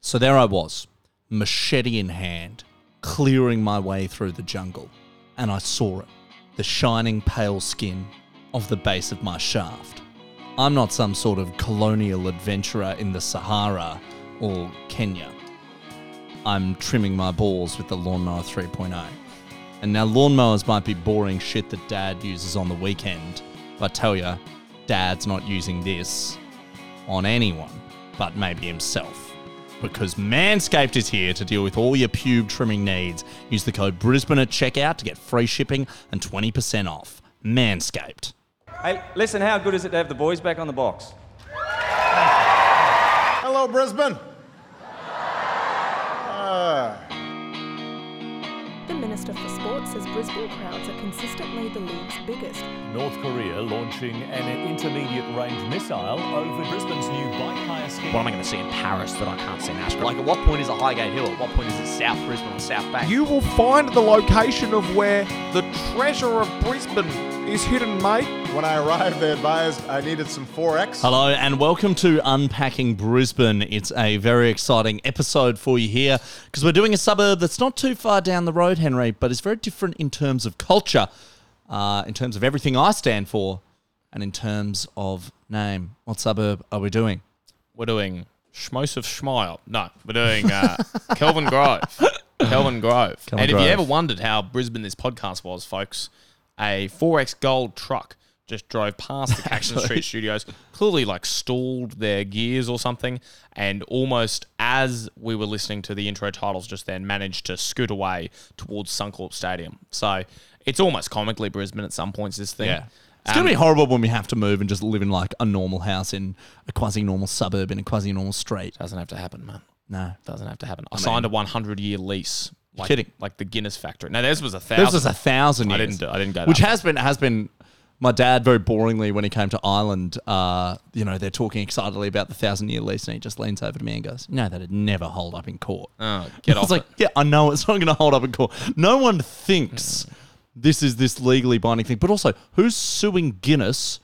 So there I was, machete in hand, clearing my way through the jungle, and I saw it the shining pale skin of the base of my shaft. I'm not some sort of colonial adventurer in the Sahara or Kenya. I'm trimming my balls with the Lawnmower 3.0. And now, lawnmowers might be boring shit that dad uses on the weekend, but I tell ya, dad's not using this on anyone, but maybe himself. Because Manscaped is here to deal with all your pube trimming needs. Use the code Brisbane at checkout to get free shipping and 20% off. Manscaped. Hey, listen, how good is it to have the boys back on the box? Hello, Brisbane. Ah. The Minister for Sport says Brisbane crowds are consistently the league's biggest. North Korea launching an intermediate range missile over Brisbane's new bike hire scheme. What am I going to see in Paris that I can't see in Ashburn? Like, at what point is it Highgate Hill? At what point is it South Brisbane or South Bank? You will find the location of where the treasure of Brisbane is hidden, mate. When I arrived, they advised I needed some 4X. Hello and welcome to Unpacking Brisbane. It's a very exciting episode for you here because we're doing a suburb that's not too far down the road, Henry, but it's very different in terms of culture, uh, in terms of everything I stand for, and in terms of name. What suburb are we doing? we're doing Schmose of Schmile. No, we're doing uh, Kelvin Grove. Kelvin Grove. Kelvin and if Grove. you ever wondered how Brisbane this podcast was, folks, a 4X Gold truck just drove past the Action Street Studios, clearly like stalled their gears or something, and almost as we were listening to the intro titles just then, managed to scoot away towards Suncorp Stadium. So it's almost comically Brisbane at some points, this thing. It's going Um, to be horrible when we have to move and just live in like a normal house in a quasi normal suburb in a quasi normal street. Doesn't have to happen, man. No. Doesn't have to happen. I, signed a 100 year lease. Like, kidding. Like the Guinness factory. No, theirs was a thousand. This was a thousand I years. didn't do- I didn't go that Which far. has been has been my dad very boringly when he came to Ireland. Uh, you know, they're talking excitedly about the thousand year lease, and he just leans over to me and goes, "No, that'd never hold up in court." Oh, get I was off like, it. "Yeah, I know it's not going to hold up in court. No one thinks Mm. this is this legally binding thing." But also, who's suing Guinness,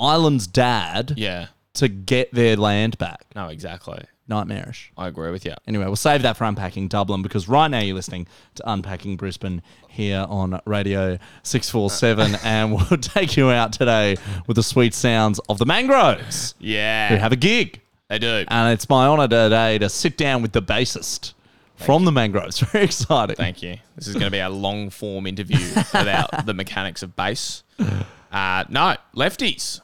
Ireland's dad, Yeah. to get their land back? No, exactly. Nightmarish. I agree with you. Anyway, we'll save that for Unpacking Dublin because right now you're listening to Unpacking Brisbane here on Radio 647, and we'll take you out today with the sweet sounds of the Mangroves, who Yeah. have Uh, a gig. they do. And it's my honour today to sit down with the bassist from the Mangroves. Very exciting. Thank you. This is going to be a long form interview about the mechanics of bass. Uh, no, lefties.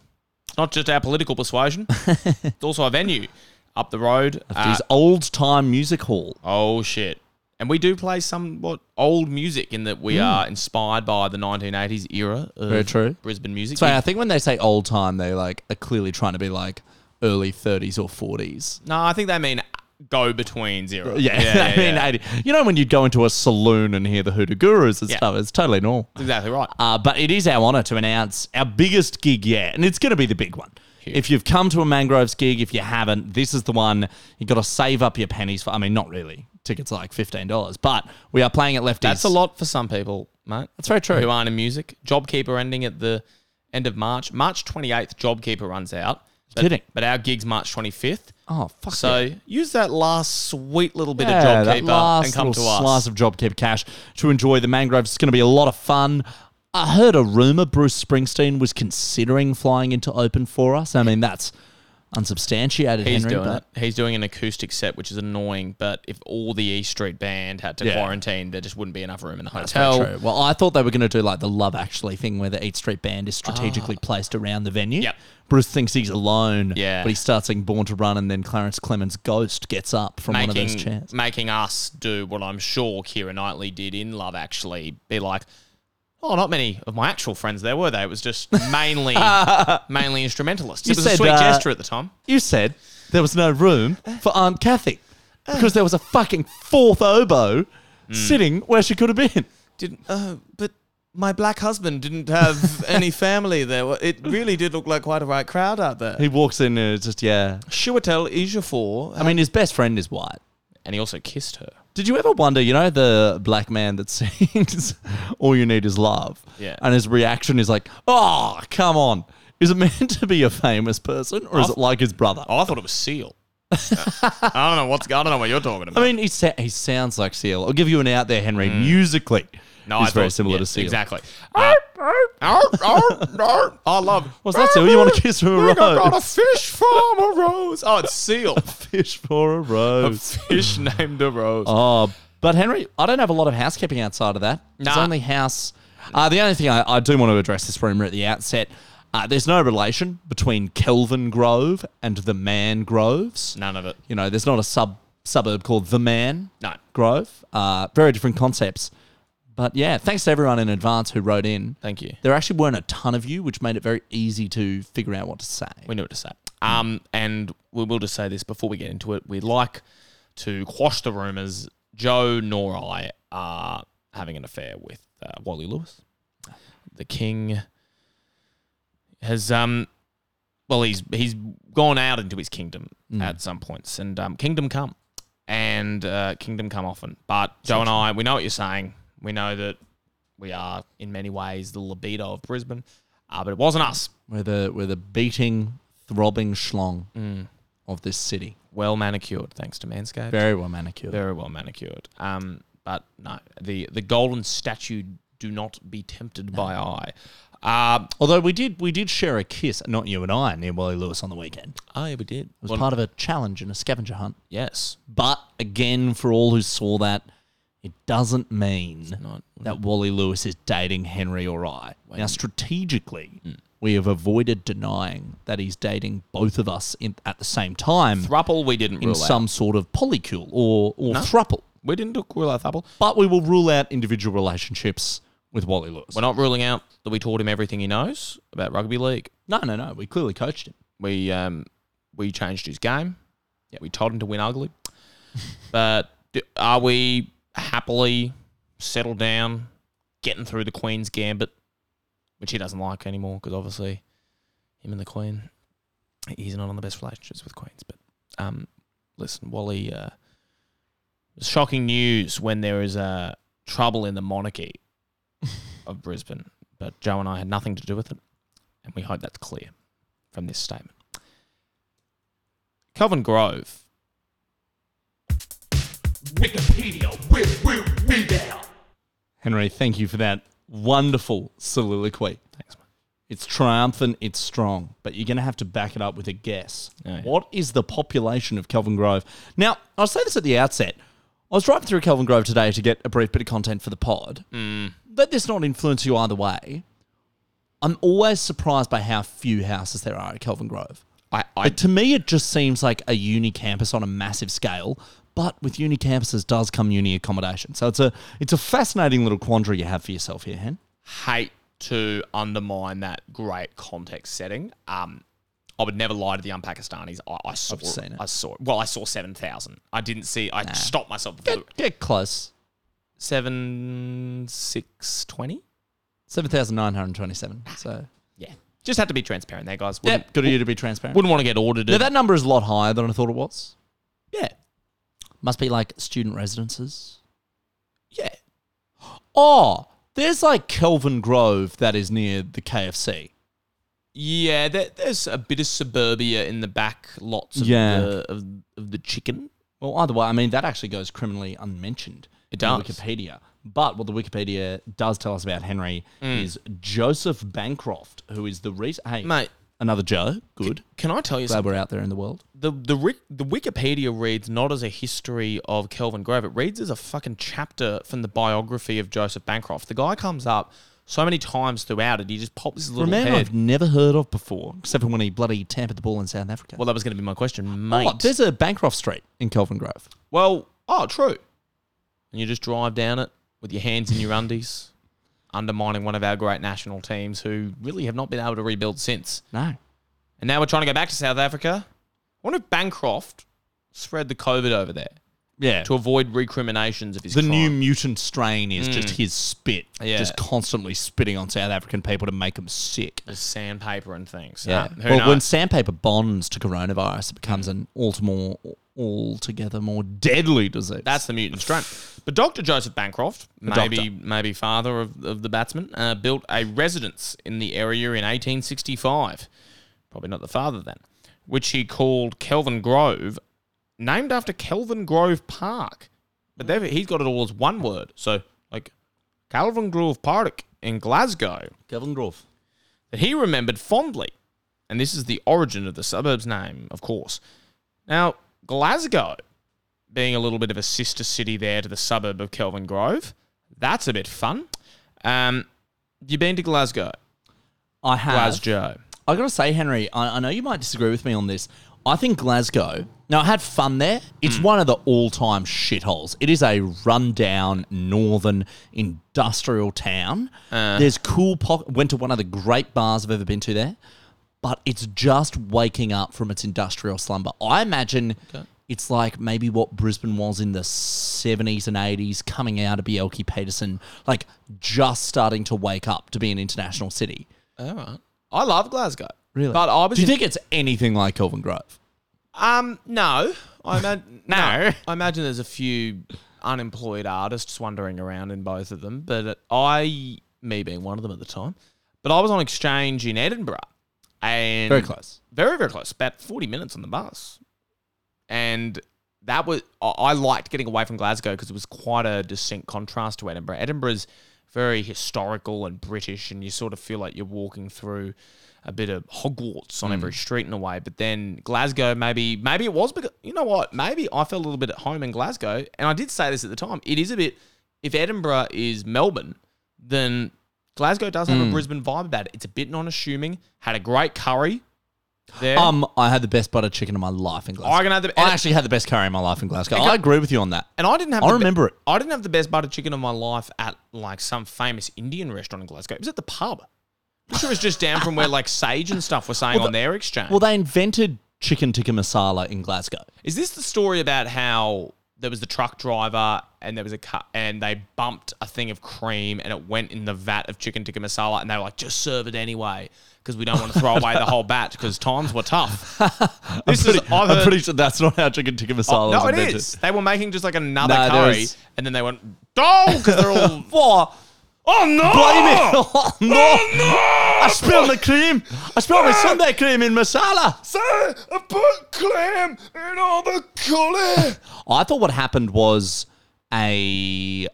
It's not just our political persuasion, it's also a venue up the road. Uh, These old time music hall. oh, shit. And we do play somewhat old music in that we are inspired by the 1980s era of Hmm. Very true. Brisbane music. So I think when they say old time, they like are clearly trying to be like early 30s or 40s. No, I think they mean go between zero. Yeah, I mean, 80. you know when you'd go into a saloon and hear the Hoodoo Gurus and Yeah. stuff, it's totally normal. exactly right. Uh, but it is our honour to announce our biggest gig yet, and it's going to be the big one. If you've come to a Mangroves gig, if you haven't, this is the one you've got to save up your pennies for. I mean, not really. Tickets are like $15, but we are playing at Lefties. That's a lot for some people, mate. That's very true. Who aren't in music. JobKeeper ending at the end of March. March 28th, JobKeeper runs out. But, Kidding. But our gig's March 25th. Oh, fuck So yeah. use that last sweet little bit Yeah, of that JobKeeper last and come to little us. slice of JobKeeper cash to enjoy the mangroves. It's going to be a lot of fun. I heard a rumor Bruce Springsteen was considering flying into open for us. I mean, that's unsubstantiated, He's Henry. doing but it. He's doing an acoustic set, which is annoying. But if all the E Street band had to Yeah. quarantine, there just wouldn't be enough room in the That's hotel. very true. Well, I thought they were going to do like the Love Actually thing where the Eat Street Band is strategically placed around the venue. Ah. Yep. Bruce thinks he's alone, Yeah. but he starts singing Born to Run, and then Clarence Clemens' ghost gets up from one of those chairs. making us do what I'm sure Kira Knightley did in Love Actually, be like, oh, not many of my actual friends there were they. It was just mainly mainly instrumentalists. You it was said, a sweet uh, gesture at the time. You said there was no room for Aunt Kathy because there was a fucking fourth oboe Mm. sitting where she could have been. Didn't, uh, but my black husband didn't have any family there. It really did look like quite a right crowd out there. He walks in and it's just, yeah. Shuatel Ijafor. I mean, his best friend is white. and he also kissed her. Did you ever wonder, you know, the black man that sings All You Need Is Love? Yeah. And his reaction is like, oh, come on. Is it meant to be a famous person or is I've- it like his brother? Oh, I thought it was Seal. I don't know what's. I don't know what you're talking about. I mean, he, sa- he sounds like Seal. I'll give you an out there, Henry. Musically, Mm. no, he's I very thought- similar yeah, to Seal. Exactly. Uh, I love. What's that, Seal? You want to kiss from a We rose? got a fish from a rose. Oh, it's Seal. fish for a a rose. fish named a rose. Oh, but Henry, I don't have a lot of housekeeping outside of that. It's Nah. only house. Uh, the only thing I, I do want to address this rumor at the outset. Uh, there's no relation between Kelvin Grove and the Man Groves. None of it. You know, there's not a sub suburb called the Man No. Grove. Uh, very different concepts. But yeah, thanks to everyone in advance who wrote in. Thank you. There actually weren't a ton of you, which made it very easy to figure out what to say. We knew what to say. Um, and we will just say this before we get into it. We'd like to quash the rumors. Joe nor I are having an affair with uh, Wally Lewis. The king has um, well, he's he's gone out into his kingdom at some points, and um, kingdom come, and uh, kingdom come often. But Joe and I, we know what you're saying. We know that we are in many ways the libido of Brisbane, uh, but it wasn't us. We're the, we're the beating, throbbing schlong Mm. of this city. well manicured, thanks to Manscaped. Very, Very well manicured. well manicured. Um, but no, the the golden statue do not be tempted by eye. Uh, Although we did we did share a kiss, not you and I, near Wally Lewis on the weekend. It oh yeah, we did. was part of a challenge and a scavenger hunt. yes, But again, for all who saw that, it doesn't mean not- that Wally Lewis is dating Henry or I. Now, strategically, Mm. we have avoided denying that he's dating both of us in, at the same time thruple we didn't in rule some out. sort of polycule or, or thruple. We didn't do- rule out thruple. But we will rule out individual relationships with Wally Lewis. We're not ruling out that we taught him everything he knows about rugby league. no, no, no. We clearly coached him. We um we changed his game. Yeah, we told him to win ugly. but d- are we happily settled down, getting through the Queen's gambit, which he doesn't like anymore because obviously him and the Queen, he's not on the best relationships with Queens. But um, listen, Wally, uh, it's shocking news when there is uh, trouble in the monarchy of Brisbane. But Joe and I had nothing to do with it, and we hope that's clear from this statement. Kelvin Grove. Henry, thank you for that wonderful soliloquy. Thanks, mate. It's triumphant, it's strong, but you're going to have to back it up with a guess. Oh, yeah. What is the population of Kelvin Grove? Now, I'll say this at the outset. I was driving through Kelvin Grove today to get a brief bit of content for the pod. Mm. Let this not influence you either way. I'm always surprised by how few houses there are at Kelvin Grove. I, I But to me, it just seems like a uni campus on a massive scale. But with uni campuses does come uni accommodation. So it's a it's a fascinating little quandary you have for yourself here, Hen. hate to undermine that great context setting. Um, I would never lie to the unpakistanis. I, I saw it. seen it. I saw it. Well, I saw 7,000. I didn't see. I stopped myself. Before Get, get close. the- 7, 6, 20? 7,927. So, Yeah. Just had to be transparent there, guys. yeah, Wouldn't, good of you to be transparent. wouldn't want to get audited. Now, that number is a lot higher than I thought it was. yeah. Must be like student residences. Yeah. Oh, there's like Kelvin Grove that is near the KFC. Yeah, there, there's a bit of suburbia in the back lots of, Yeah. the, of, of the chicken. Well, either way, I mean, that actually goes criminally unmentioned It in does. Wikipedia. But what the Wikipedia does tell us about Henry Mm. is Joseph Bancroft, who is the reason. Hey, Mate, another Joe. Good. can I tell you Glad something? we're out there in the world. the the Rick, the Wikipedia reads not as a history of Kelvin Grove. It reads as a fucking chapter from the biography of Joseph Bancroft. The guy comes up so many times throughout it. He just pops his little For a man head. I've never heard of before, except for when he bloody tampered the ball in South Africa. well, that was going to be my question, Oh, mate. there's a Bancroft Street in Kelvin Grove. well, oh, true. And you just drive down it with your hands in your undies, undermining one of our great national teams who really have not been able to rebuild since. No. And now we're trying to go back to South Africa. I wonder if Bancroft spread the COVID over there Yeah. to avoid recriminations of his the crime. Mm. new mutant strain is just his spit, Yeah. just constantly spitting on South African people to make them sick. There's sandpaper and things. Yeah. Uh, who well, knows? Mm. when sandpaper bonds to coronavirus, it becomes an alt- more, altogether more deadly disease. That's the mutant strain. But Dr. Joseph Bancroft, maybe doctor. maybe father of, of the batsman, uh, built a residence in the area in 1865. Probably not the father then, which he called Kelvin Grove named after Kelvin Grove Park. But they've, he's got it all as one word. So, like, Calvin Grove Park in Glasgow Kevin Grove. that he remembered fondly. And this is the origin of the suburb's name, of course. Now, Glasgow, being a little bit of a sister city there to the suburb of Kelvin Grove, that's a bit fun. Um, you been to Glasgow? I have. Glasgow. I gotta say, Henry, I, I know you might disagree with me on this. I think Glasgow. Now I had fun there. It's one of the all-time shitholes. It is a rundown northern industrial town. There's cool. Po- went to one of the great bars I've ever been to there, but it's just waking up from its industrial slumber. I imagine it's like maybe what Brisbane was in the 70s and 80s, coming out of Bielke Peterson, like just starting to wake up to be an international city. All right. I love Glasgow. Really? But I was Do you in- think it's anything like Kelvin Grove? Um, no. I imagine no. No. I imagine there's a few unemployed artists wandering around in both of them, but I, me being one of them at the time, but I was on exchange in Edinburgh, and Very close. very very close, about forty minutes on the bus, and that was I- I liked getting away from Glasgow because it was quite a distinct contrast to Edinburgh. Edinburgh's very historical and British, and you sort of feel like you're walking through a bit of Hogwarts on every street in a way. But then Glasgow, maybe maybe it was because you know what? Maybe I felt a little bit at home in Glasgow, and I did say this at the time. It is a bit if Edinburgh is Melbourne, then Glasgow does have a Brisbane vibe about it. It's a bit non-assuming. Had a great curry there. Um, I had the best butter chicken in my life in Glasgow. I can have the- I actually had the best curry in my life in Glasgow. I agree with you on that. And I didn't have. I the be- remember it. I didn't have the best butter chicken of my life at like some famous Indian restaurant in Glasgow. It was at the pub. I'm sure it was just down from where like Sage and stuff were saying on their exchange. Well, they invented chicken tikka masala in Glasgow. Is this the story about how there was the truck driver and there was a cut and they bumped a thing of cream and it went in the vat of chicken tikka masala and they were like, just serve it anyway because we don't want to throw away the whole bat because times were tough. this Pretty- is I've I'm heard, Oh, pretty sure that's not how chicken tikka masala no, was it invented. is. They were making just like another No, there curry is- and then they went, oh, because they're all What? Oh no! Blame it! Oh, no! I spilled my cream. I spilled my Sunday cream in masala. Sir, I put clam in all the colour. I thought what happened was a.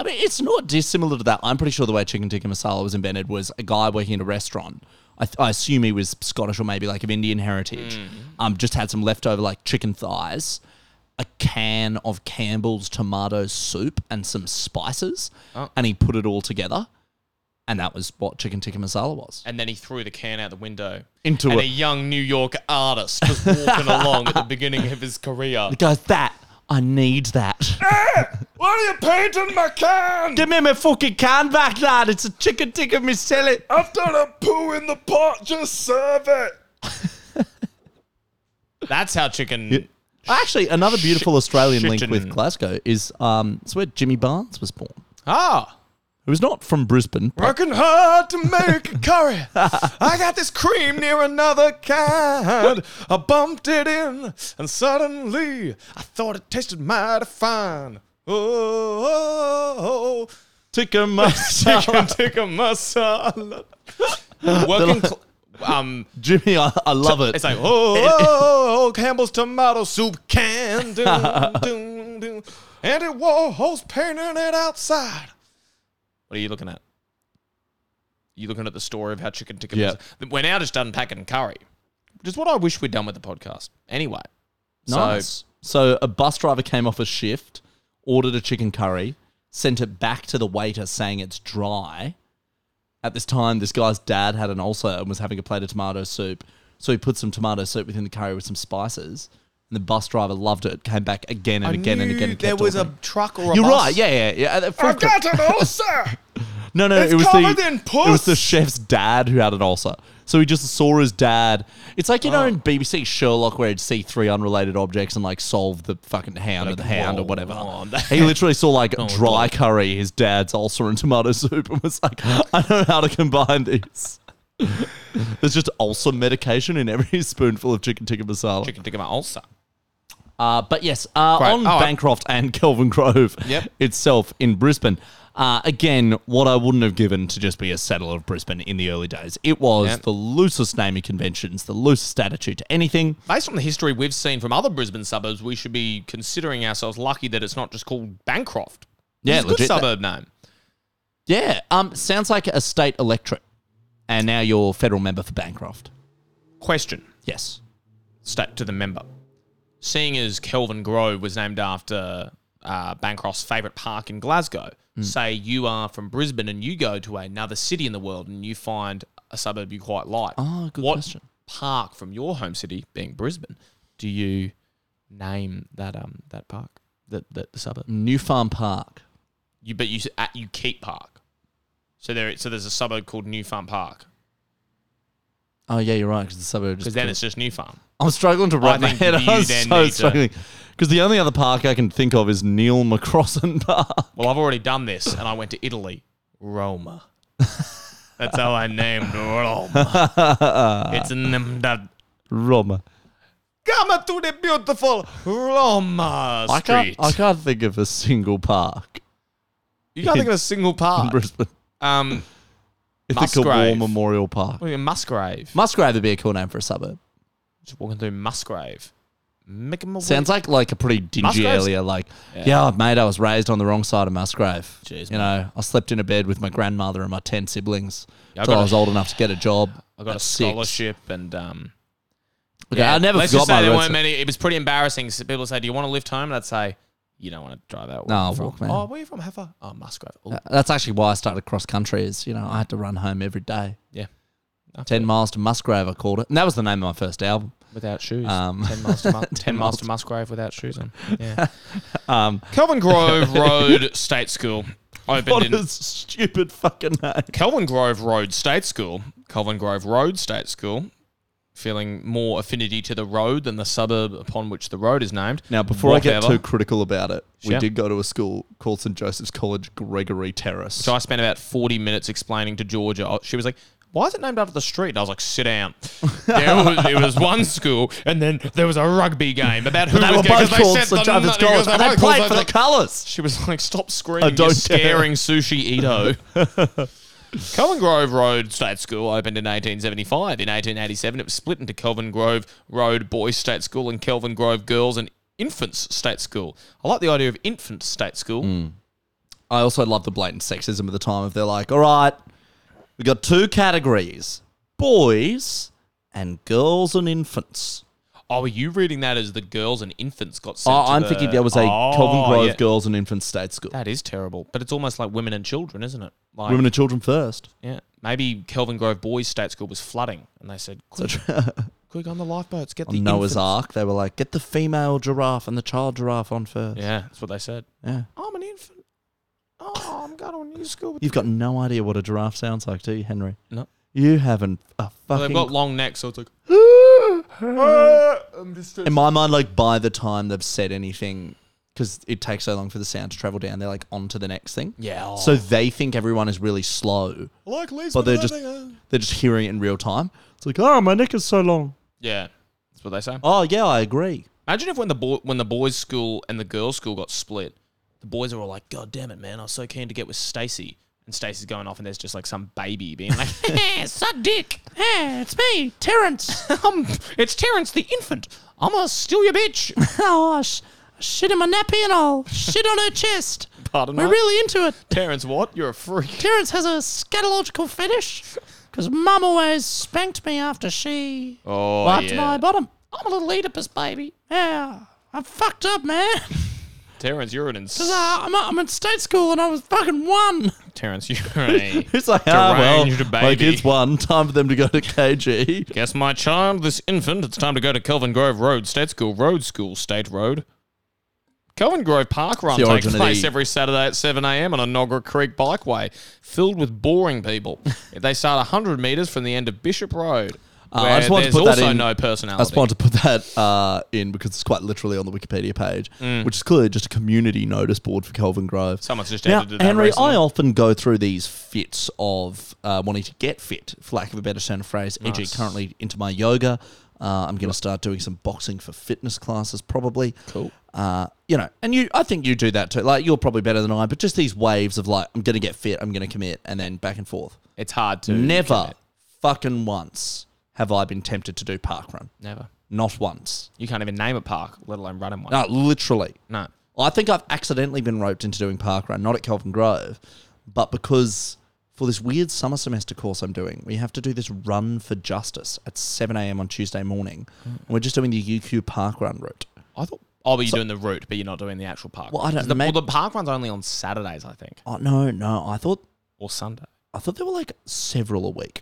I mean, it's not dissimilar to that. I'm pretty sure the way chicken tikka masala was invented was a guy working in a restaurant. I, th- I assume he was Scottish or maybe like of Indian heritage. Um, just had some leftover like chicken thighs, a can of Campbell's tomato soup, and some spices, and he put it all together, and that was what chicken tikka masala was. and then he threw the can out the window Into and a- a young New York artist was walking along at the beginning of his career. The guy's that. I need that. Why are you painting my can? Give me my fucking can back, lad. It's a chicken tikka masala. I've done a poo in the pot. Just serve it. That's how chicken. Actually, another beautiful Shit- Australian link shitting. with Glasgow is um, it's where Jimmy Barnes was born. Ah. Who's not from Brisbane. but Working hard to make a curry. I got this cream near another kind. I bumped it in, and suddenly I thought it tasted mighty fine. Oh, oh, Tikka oh. masala. chicken tikka masala. Working, cl- um, Jimmy, I, I love it. it's like oh, oh, oh, Campbell's tomato soup can, doom, doom, doom. Andy Warhol's painting it outside. What are you looking at? You looking at the story of how chicken tikka Yeah. masala? We're now just unpacking curry, which is what I wish we'd done with the podcast. Anyway, nice. So a bus driver came off a shift, ordered a chicken curry, sent it back to the waiter saying it's dry. At this time, this guy's dad had an ulcer and was having a plate of tomato soup. So he put some tomato soup within the curry with some spices. And the bus driver loved it. Came back again and again and again. And kept ordering. truck or You're right. Yeah, yeah, yeah. At the I've food court. got an ulcer. No, no, It's it was covered the in it was the pus. chef's dad who had an ulcer. So he just saw his dad. It's like you Oh. know in BBC Sherlock where he'd see three unrelated objects and like solve the fucking hound or the hound or whoa, whatever. whoa. He literally saw like Oh, dry curry, his dad's ulcer and tomato soup, and was like, I don't know how to combine these. There's just ulcer medication in every spoonful of chicken tikka masala. Chicken tikka my ulcer. Uh, but yes, uh, Great. on All right. Bancroft and Kelvin Grove Yep. itself in Brisbane. Uh, again, what I wouldn't have given to just be a settler of Brisbane in the early days. It was Yep. the loosest naming conventions, the loosest attitude to anything. Based on the history we've seen from other Brisbane suburbs, we should be considering ourselves lucky that it's not just called Bancroft. Yeah, it's a legit. good suburb name. Yeah, um, sounds like a state electorate. And now you're federal member for Bancroft. Question. Yes. stat to the member. Seeing as Kelvin Grove was named after uh, Bancroft's favourite park in Glasgow, say you are from Brisbane and you go to another city in the world and you find a suburb you quite like. Ah, good what question. park from your home city, being Brisbane, do you name that um that park, that the, the suburb? New Farm Park. You but you s- at you keep park. So there, so there's a suburb called New Farm Park Oh, yeah, you're right, because the suburb just. because then it's just New Farm. I'm struggling to wrap I my think head. you I'm then so need to- struggling. Because the only other park I can think of is Neil McCrossan Park. Well, I've already done this, and I went to Italy, Roma. That's how I named Roma. it's named that. Roma. Come to the beautiful Roma I can't, Street. I can't think of a single park you can't think of a single in park. Brisbane. Um, I think of War Musgrave. Memorial Park. what do you mean, Musgrave. Musgrave would be a cool name for a suburb. Just walking through Musgrave. Make 'em a Sounds like like a pretty dingy Musgrave's- area. Like, yeah. mate, I was raised on the wrong side of Musgrave. Jeez, you know, I slept in a bed with my grandmother and my ten siblings Yeah, I until got I a- was old enough to get a job. I got at a six. scholarship and um. Okay, I never Let's forgot just say my there red weren't socks. many. It was pretty embarrassing. So people say, "Do you want to lift home?" And I'd say, "You don't want to drive that." No, I'll from- walk, man. Oh, where are you from? How far? Oh, Musgrave. Ooh, Uh, That's actually why I started cross country. Is you know I had to run home every day. yeah. Ten miles to Musgrave, I called it, and that was the name of my first album. without shoes. Um, ten miles to Mu- 10 ten miles miles to Musgrave without shoes on. Yeah. Um, Kelvin Grove Road State School what opened a in stupid fucking name! Kelvin Grove Road State School. Kelvin Grove Road State School. Feeling more affinity to the road than the suburb upon which the road is named. Now, before I get Whatever. too critical about it, we Sure. did go to a school called St Joseph's College Gregory Terrace. So I spent about 40 minutes explaining to Georgia. oh, She was like, why is it named after the street? And I was like, sit down. There was, it was one school, and then there was a rugby game about who they was were going- 'cause both called said St the- Joseph's because College, and they both played called for the St. colours. She was like, "Stop screaming! don't You're care. scaring Sushi Ito." Kelvin Grove Road State School opened in 1875. In 1887, it was split into Kelvin Grove Road Boys State School and Kelvin Grove Girls and Infants State School. I like the idea of Infants State School. Hmm. I also love the blatant sexism at the time of they're like, all right, we got two categories boys and girls and infants. Oh, are you reading that as the girls and infants got sent? Oh, to I'm the- thinking there was a Oh, Kelvin Grove yeah. girls and infants state school. That is terrible, but it's almost like women and children, isn't it? Like, Women and children first. yeah, maybe Kelvin Grove Boys State School was flooding, and they said, So "Quick, quick on the lifeboats, get the on Noah's infants." Ark, they were like, get the female giraffe and the child giraffe on first. Yeah, that's what they said. Yeah. I'm an infant. Oh, I'm going to a new school. With You've got no idea what a giraffe sounds like, do you, Henry? No. You haven't a they've fucking. got long necks, so it's like. Uh, um, in my mind, like by the time they've said anything, because it takes so long for the sound to travel down, they're like on to the next thing. Yeah. oh. So they think everyone is really slow, like Lisa. but they're just they're just hearing it in real time. It's like, oh, my neck is so long. Yeah, that's what they say. Oh yeah, I agree. Imagine if when the boy, when the boys' school and the girls' school got split, the boys are all like, "God damn it, man! I was so keen to get with Stacy." And Stacy's going off, and there's just like some baby being like, Eh, "Hey, suck dick! Hey, it's me, Terrence. um, it's Terrence the infant. I'm gonna steal your bitch." Oh, sh- shit in my nappy and all. Shit on her chest. Pardon me? into it. Terrence, what? You're a freak. Terrence has a scatological fetish because mum always spanked me after she Oh, yeah. bottom. I'm a little Oedipus baby. Yeah, I'm fucked up, man. Uh, Terrence, you're an ins- I'm, I'm in state school and I was fucking one. Terrence, you're a. It's like, ah, well, Deranged my baby. kid's one. Time for them to go to KG. Guess my child, this infant, it's time to go to Kelvin Grove Road State School, Road School, State Road. Kelvin Grove Park Run the takes origin of place the- every Saturday at 7 a.m. on Inogra Creek Bikeway, filled with boring people. they start 100 metres from the end of Bishop Road, Uh, where I just wanted there's to put also that in. no I personality. just wanted to put that uh, in because it's quite literally on the Wikipedia page, Mm. which is clearly just a community notice board for Kelvin Grove. Someone's just now, edited that Henry, recently. I often go through these fits e of uh, wanting to get fit, for lack of a better term of phrase, e.g., currently into my yoga. Uh, I'm going to start doing some boxing for fitness classes, probably. Cool. Uh, you know, and you, I think you do that too. Like you're probably better than I, but just these waves of like, I'm going to get fit, I'm going to commit, and then back and forth. It's hard to Never commit. fucking once have I been tempted to do parkrun. never. Not once. You can't even name a park, let alone run in one. No, literally. No. I think I've accidentally been roped into doing parkrun, not at Kelvin Grove, but because for this weird summer semester course I'm doing, we have to do this run for justice at 7 a.m. on Tuesday morning. And we're just doing the UQ parkrun route. I thought. Oh, but you're doing the route, but you're not doing the actual park. Well, I don't- The, maybe- well, the park run's only on Saturdays, I think, Oh, no, no. I thought, or Sunday. I thought there were like several a week.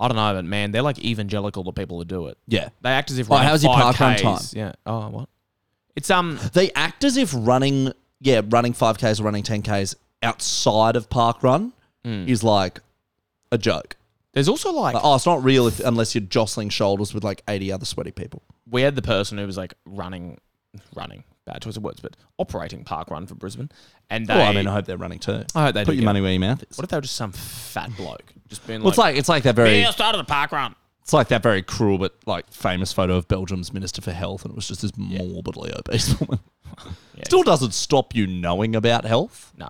I don't know, but man, they're like evangelical the people who do it. Yeah. They act as if. Oh, running how's your park run 5Ks time? Yeah. Oh, what? It's um. They act as if running, yeah, running 5Ks or running 10Ks outside of parkrun is like a joke. There's also like Like, oh, it's not real if, unless you're jostling shoulders with like 80 other sweaty people. we had the person who was like running, running bad choice of words, but operating park run for Brisbane, and they. Well, I mean, I hope they're running too. I hope they put do your get money where your mouth is. what if they were just some fat bloke just being well, it's like, like it's like that very yeah, I started a park run. it's like that very cruel but like famous photo of Belgium's minister for health, and it was just this morbidly obese woman. Still doesn't stop you knowing about health, No,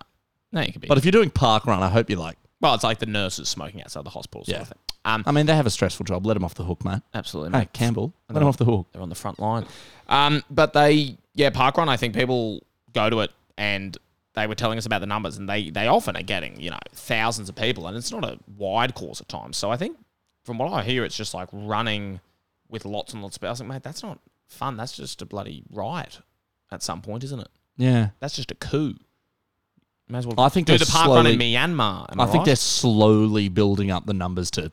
no, you could be. but if you're doing park run, I hope you like. well, it's like the nurses smoking outside the hospital. Sort Yeah. of thing. Um, I mean, they have a stressful job. Let them off the hook, mate. absolutely. Hey, mate. Campbell, let them off the hook. They're on the front line. Um, but they, yeah, parkrun. I think people go to it, and they were telling us about the numbers, and they they often are getting you know thousands of people, and it's not a wide course at times. So I think from what I hear, it's just like running with lots and lots of people. I was like, mate, that's not fun. That's just a bloody riot at some point, isn't it? Yeah, That's just a coup. May as well. I think do the they're parkrun slowly- in Myanmar. am I think right? they're slowly building up the numbers to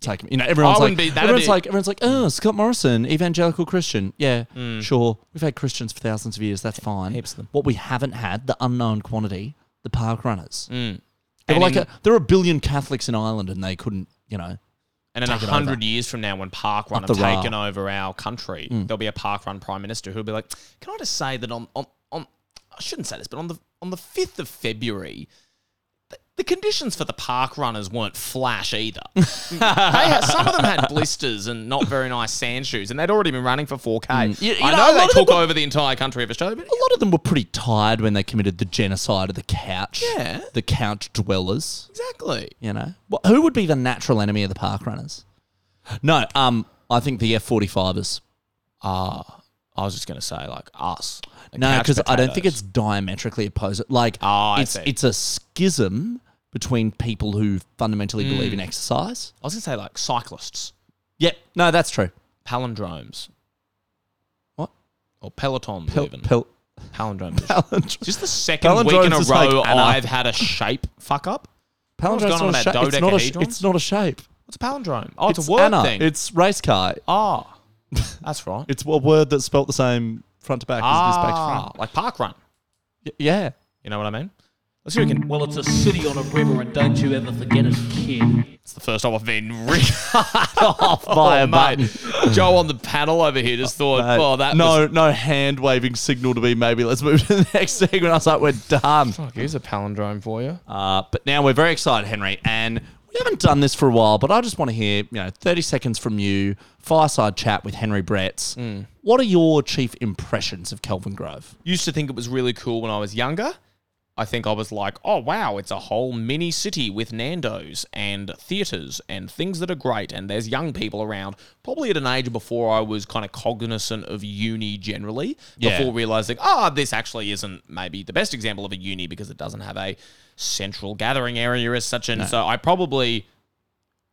take. You know, everyone's I like, wouldn't be- that'd everyone's be- like, everyone's like, oh, Scott Morrison, evangelical Christian. Yeah, Mm. sure. We've had Christians for thousands of years. E- That's fine. heaps of them. What we haven't had, the unknown quantity, the park runners. There Mm. And were like in- a, there were a billion Catholics in Ireland, and they couldn't, you know. And in a Take it over. hundred years from now, when Parkrun Up have the Mm. taken over our country, there'll be a Parkrun prime minister who'll be like, "Can I just say that on on, on I shouldn't say this, but on the on the fifth of February." the- The conditions for the park runners weren't flash either. they had, some of them had blisters and not very nice sand shoes, and they'd already been running for 4K. Mm. You- you I know, know, a lot they of took people- over the entire country of Australia, but A lot of them were pretty tired when they committed the genocide of the couch. Yeah. The couch dwellers. exactly. You know, Wha who would be the natural enemy of the park runners? No, um, I think the F 45ers. I was just going to say, like, us. the No, couch because I don't think potatoes. it's diametrically opposed. Like Ah, I it's see. it's a schism between people who Hmm. fundamentally believe in exercise. I was going to say, like, cyclists, Yep. No, that's true. palindromes. What? Or pelotons, even. Pel- Palindromes. is- palindrome. Just the second Palindromes week in a is like row Anna. I've had a shape fuck up. Palindrome's What's going on not a about shape. It's not a, sh- dodecahedrons? it's not a shape. What's a palindrome? Oh, it's, a word Anna. thing. It's race car. ah, that's right. It's a word that's spelt the same front to back as it is back to ah, front. like park run. Y- yeah. You know what I mean? Let's see if we can. Well, it's a city on a river, and don't you ever forget it, kid. It's the first time I've been ripped off by a Joe on the panel over here just thought, Uh, oh, that no, was- no hand waving signal to be maybe let's move to the next segment. I was like, we're done. Fuck, here's a palindrome for you. Uh, but now we're very excited, Henry, and we haven't done this for a while. But I just want to hear, you know, thirty seconds from you, fireside chat with Henry Bretts. What are your chief impressions of Kelvin Grove? used to think it was really cool when I was younger. I think I was like, oh wow, it's a whole mini city with Nando's and theatres and things that are great, and there's young people around. Probably at an age before I was kind of cognizant of uni generally, Yeah. before realizing, ah, this actually isn't maybe the best example of a uni because it doesn't have a central gathering area as such. And so I probably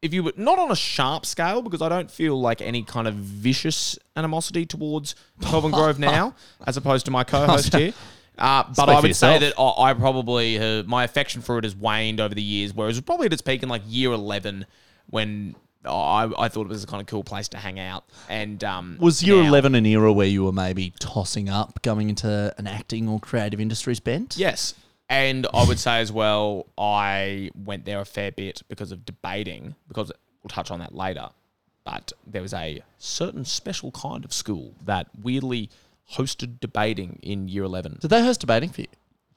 if you were not on a sharp scale, because I don't feel like any kind of vicious animosity towards Kelvin Grove now, as opposed to my co-host here. Uh, but Speak I for would say yourself. that I, I probably uh, my affection for it has waned over the years, whereas it was probably at its peak in like year eleven when I, I thought it was a kind of cool place to hang out. And um, Was year now- eleven an era where you were maybe tossing up, going into an acting or creative industries bent? Yes. And I would say as well, I went there a fair bit because of debating, because we'll touch on that later. But there was a certain special kind of school that weirdly hosted debating in year 11 Did they host debating for you?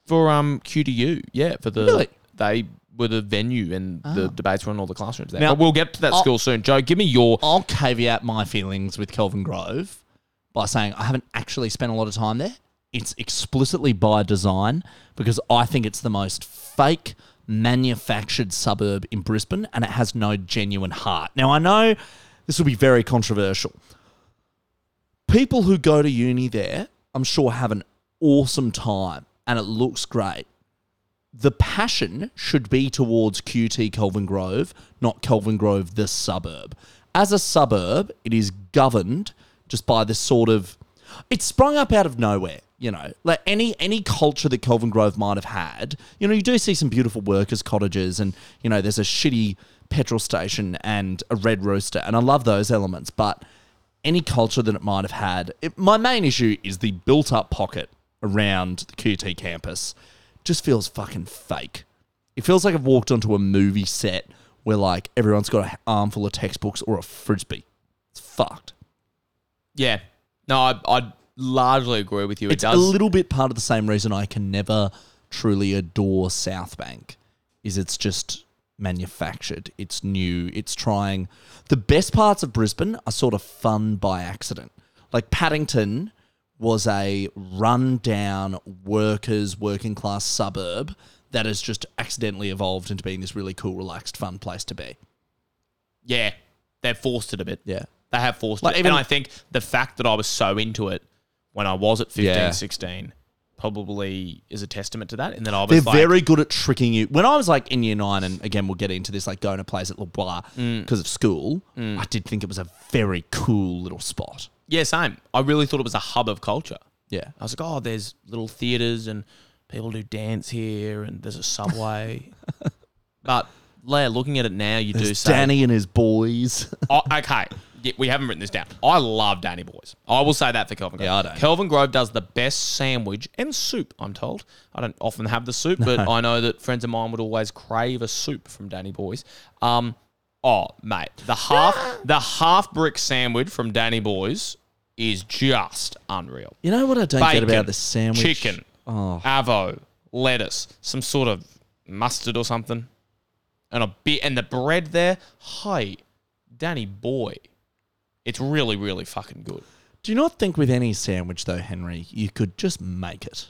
for um QDU. Yeah, for the Really? Ah. they were the venue and the debates were in all the classrooms there. Now- but we'll get to that I'll- school soon. Joe, give me your I'll caveat my feelings with Kelvin Grove by saying I haven't actually spent a lot of time there. It's explicitly by design because I think it's the most fake manufactured suburb in Brisbane and it has no genuine heart. Now, I know this will be very controversial. People who go to uni there, I'm sure, have an awesome time and it looks great the passion should be towards QT Kelvin Grove, not Kelvin Grove, the suburb. As a suburb, it is governed just by this sort of. It sprung up out of nowhere, you know. Like any any culture that Kelvin Grove might have had, you know, you do see some beautiful workers' cottages, and you know, there's a shitty petrol station and a red rooster, and I love those elements. But any culture that it might have had, it, my main issue is the built-up pocket around the QT campus just feels fucking fake. It feels like I've walked onto a movie set where like everyone's got an armful of textbooks or a frisbee. It's fucked. yeah. No, I I largely agree with you. It it's does a little bit part of the same reason I can never truly adore South Bank is it's just manufactured. It's new. It's trying. The best parts of Brisbane are sort of fun by accident. Like Paddington was a rundown workers, working class suburb that has just accidentally evolved into being this really cool, relaxed, fun place to be. yeah. They've forced it a bit. Yeah. They have forced Like, it. even- and I think the fact that I was so into it when I was at 15, Yeah. 16 probably is a testament to that. And then I was They're like, very good at tricking you. When I was like in year nine, and again, we'll get into this, like going to plays at Le Bois because of school, I did think it was a very cool little spot. yeah, same. I really thought it was a hub of culture. Yeah. I was like, oh, there's little theatres and people do dance here and there's a subway. but Leah, looking at it now, you do There's say Danny and his boys. Oh, okay. Yeah, we haven't written this down. I love Danny Boys. I will say that for Kelvin Grove. Yeah, I don't. Kelvin Grove does the best sandwich and soup, I'm told. I don't often have the soup, but I know that friends of mine would always crave a soup from Danny Boys. Um, oh, mate, the half the half brick sandwich from Danny Boys is just unreal. you know what I don't Bacon, get about the sandwich? Oh. chicken, avo, lettuce, some sort of mustard or something, and a bit, and the bread there. Hey, Danny boy, it's really, really fucking good. Do you not think with any sandwich though, Henry, you could just make it?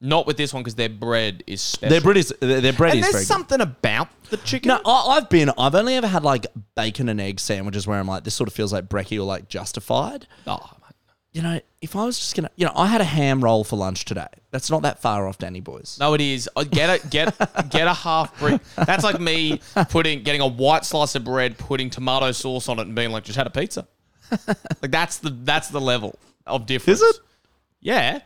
Not with this one because their bread is special. Their bread is their their bread and is there's very good. something about the chicken. No, I, I've been. I've only ever had like bacon and egg sandwiches where I'm like, this sort of feels like brekkie or like justified. Oh, mate. You know, if I was just gonna, you know, I had a ham roll for lunch today. That's not that far off, Danny boys. No, it is. Uh, Get a get get a half brick. That's like me putting getting a white slice of bread, putting tomato sauce on it, and being like, just had a pizza. Like that's the that's the level of difference. it? Yeah.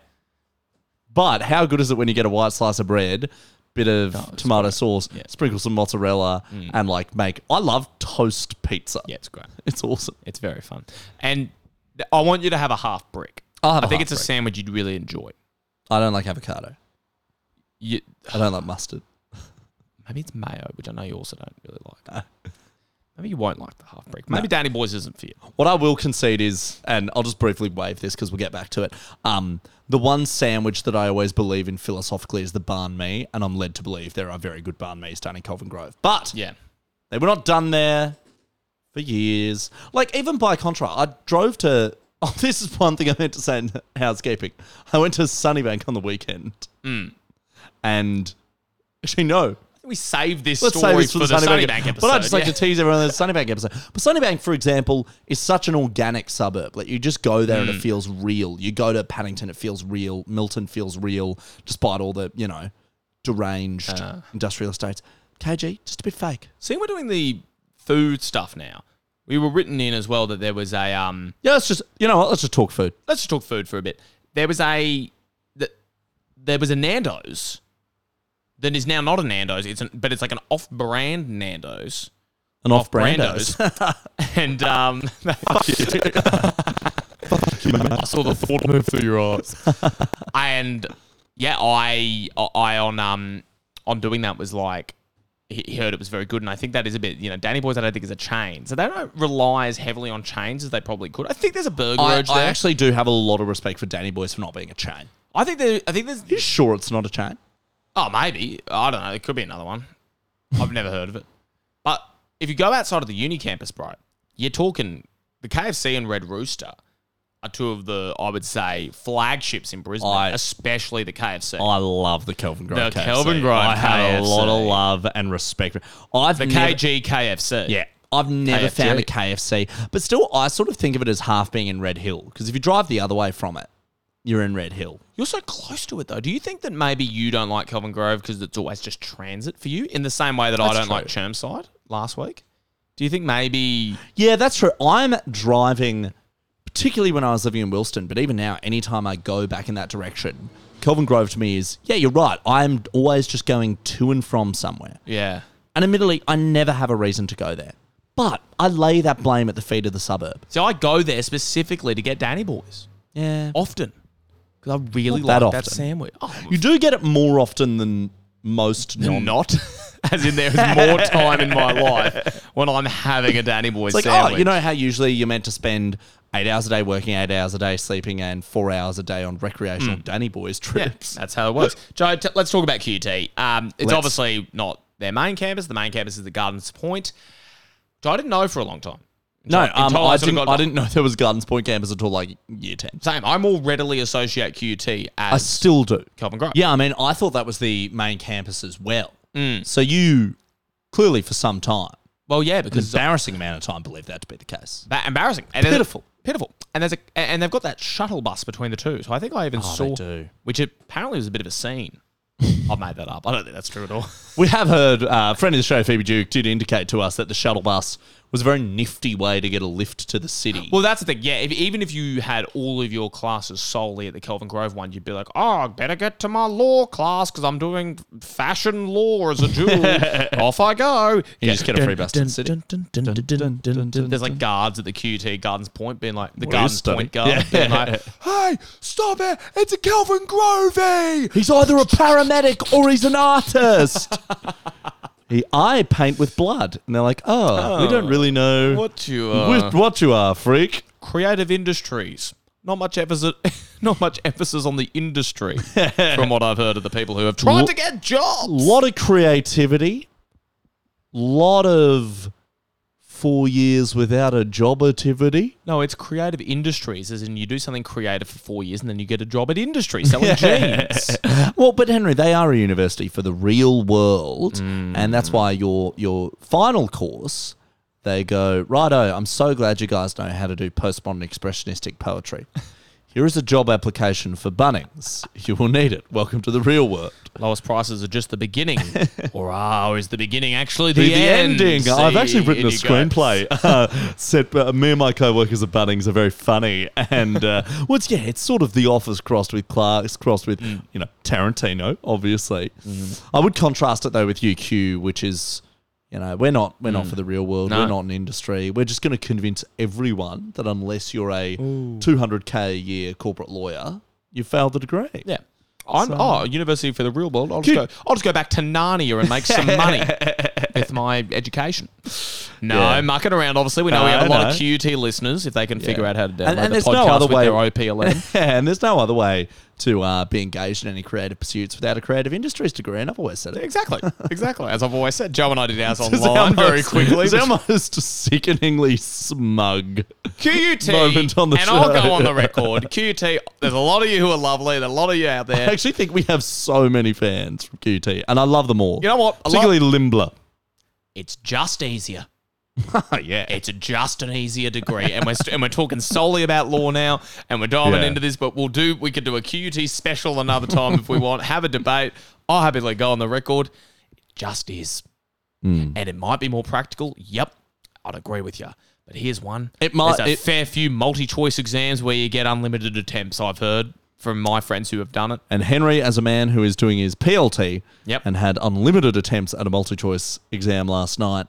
But how good is it when you get a white slice of bread, bit of tomato sauce, Oh, Yeah. Mm. sprinkle some mozzarella, and like make? I love toast pizza. Yeah, it's great. it's awesome. It's very fun. And th- I want you to have a half brick. I'll have I a think half it's a brick. sandwich you'd really enjoy. I don't like avocado. You, I don't like mustard. maybe it's mayo, which I know you also don't really like. Ah. Maybe you won't like the half brick. Maybe Danny Boys isn't for you. What I will concede is, and I'll just briefly wave this because we'll get back to it. Um, the one sandwich that I always believe in philosophically is the barn me, and I'm led to believe there are very good barn me's down in Colvin Grove. But Yeah. They were not done there for years. Like, even by contrast, I drove to. Oh, this is one thing I meant to say in housekeeping. I went to Sunnybank on the weekend. Hmm. And actually, no. We save this Let's story save this for, for, the Sunnybank, Sunnybank episode. But I just like yeah. to tease everyone on the Sunnybank episode. But Sunnybank, for example, is such an organic suburb. Like, you just go there and Hmm. it feels real. You go to Paddington, it feels real. Milton feels real, despite all the, you know, deranged Uh. industrial estates. KG, just a bit fake. See, we're doing the food stuff now. We were written in as well that there was a um. Yeah, let's just, you know what? Let's just talk food. Let's just talk food for a bit. There was a th- there was a Nando's that is now not a Nando's. It's an, but it's like an off-brand Nando's. an off brandos. Brando's. and um, I saw the thought move through your eyes. and yeah, I I on um on doing that was like he he heard it was very good, and I think that is a bit you know Danny Boys I don't think is a chain, so they don't rely as heavily on chains as they probably could. I think there's a burger I, urge I there. actually do have a lot of respect for Danny Boys for not being a chain. I think there I think there's You sure it's not a chain? oh maybe I don't know it could be another one. I've never heard of it. But if you go outside of the uni campus, bro, you're talking the KFC and Red Rooster are two of the, I would say, flagships in Brisbane, I- especially the KFC. I love the Kelvin Grind. The KFC. Kelvin Grind I have a lot of KFC. love and respect. for- I've the never, KG KFC. Yeah. I've never KFC. found a KFC, but still, I sort of think of it as half being in Red Hill because if you drive the other way from it, you're in Red Hill. You're so close to it, though. Do you think that maybe you don't like Kelvin Grove because it's always just transit for you in the same way that I That's don't true. like Chermside last week? Do you think maybe Yeah, that's true. I'm driving, particularly when I was living in Wilston, but even now, anytime I go back in that direction, Kelvin Grove to me is, yeah, you're right. I'm always just going to and from somewhere. Yeah. And admittedly, I never have a reason to go there. But I lay that blame at the feet of the suburb. So I go there specifically to get Danny Boys Yeah. often because I really Not that like that often. sandwich. Oh, You do get it more often than most non. not. As in, there is more time in my life when I'm having a Danny Boys It's like, sandwich. oh, you know how usually you're meant to spend eight hours a day working, eight hours a day sleeping, and four hours a day on recreational Danny Boys Hmm. Yeah, trips. that's how it works. Joe, t- let's talk about QT. Um, it's Let's. obviously not their main campus. The main campus is the Gardens Point. Joe, I didn't know for a long time. No, Until- um, until I, sort of didn't, got- I didn't know there was Gardens Point campus until like year 10. Same. I more readily associate QT I as still do. Kelvin Grove. Yeah, I mean, I thought that was the main campus as well. So you clearly, for some time, Well, yeah, an because embarrassing amount of time, believed that to be the case. Ba- embarrassing. And there's a- Pitiful. pitiful. And there's a and they've got that shuttle bus between the two. So I think I even Oh, saw they do. which apparently was a bit of a scene. I made that up. I don't think that's true at all. We have heard uh, friend of the show, Phoebe Duke, did indicate to us that the shuttle bus was a very nifty way to get a lift to the city. Well, that's the thing. Yeah, if, even if you had all of your classes solely at the Kelvin Grove one, you'd be like, oh, I better get to my law class because I'm doing fashion law as a jewel. Off I go. you just get a free bus to the city. There's like guards at the QT Gardens Point being like, What are the you Gardens studying? Point guard Yeah. being like, hey, stop it. It's a Kelvin Grovey. He's either a paramedic or he's an artist. he, I paint with blood, and they're like, "Oh, we don't really know What you wh- what you are, freak." creative industries. Not much emphasis, not much emphasis on the industry, from what I've heard of the people who have tried Lo- to get jobs. lot of creativity, lot of four years without a job activity. No, it's creative industries, as in you do something creative for four years and then you get a job at industry selling jeans. Well, but Henry, they are a university for the real world, and that's why your your final course. They go, righto, I'm so glad you guys know how to do postmodern expressionistic poetry. Here is a job application for Bunnings. You will need it. Welcome to the real world. Lowest prices are just the beginning. or ah, or is the beginning actually the, The, the end? ending. I've See, actually written in a you go. screenplay. Uh, set, uh, me and my co-workers at Bunnings are very funny, and uh, well, it's, yeah, it's sort of The Office crossed with Clark's, crossed with Mm. you know Tarantino, obviously. Mm-hmm. I would contrast it though with UQ, which is you know we're not we're not for the real world. Mm. No. We're not an industry. We're just going to convince everyone that unless you're a 200k a year corporate lawyer, you failed the degree. Yeah. I'm, oh, university for the real world. I'll just, go, I'll just go back to Narnia and make some money with my education. No, Yeah. mucking around, obviously. We know we No, have a lot no. of QT listeners if they can figure out how to download and the there's podcast no other with way- their OP11. and there's no other way to uh, be engaged in any creative pursuits without a creative industries degree. And I've always said it. Exactly, exactly. As I've always said, Joe and I did ours It's online our very most- quickly. It's our most sickeningly smug. QT moment on the and I'll show. go on the record. QT, there's a lot of you who are lovely. There's a lot of you out I there. actually think we have so many fans from QT, and I love them all. You know what? A lot- Particularly Limbler. It's just easier. yeah. It's just an easier degree, and we're st- and we're talking solely about law now, and we're diving Yeah. into this. But we'll do. We could do a QT special another time if we want. Have a debate. I'll happily go on the record. It just is, Hmm. and it might be more practical. Yep, I'd agree with you. But here's one. It might- There's a it- fair few multi-choice exams where you get unlimited attempts. I've heard from my friends who have done it. And Henry, as a man who is doing his PLT Yep. and had unlimited attempts at a multi choice exam last night,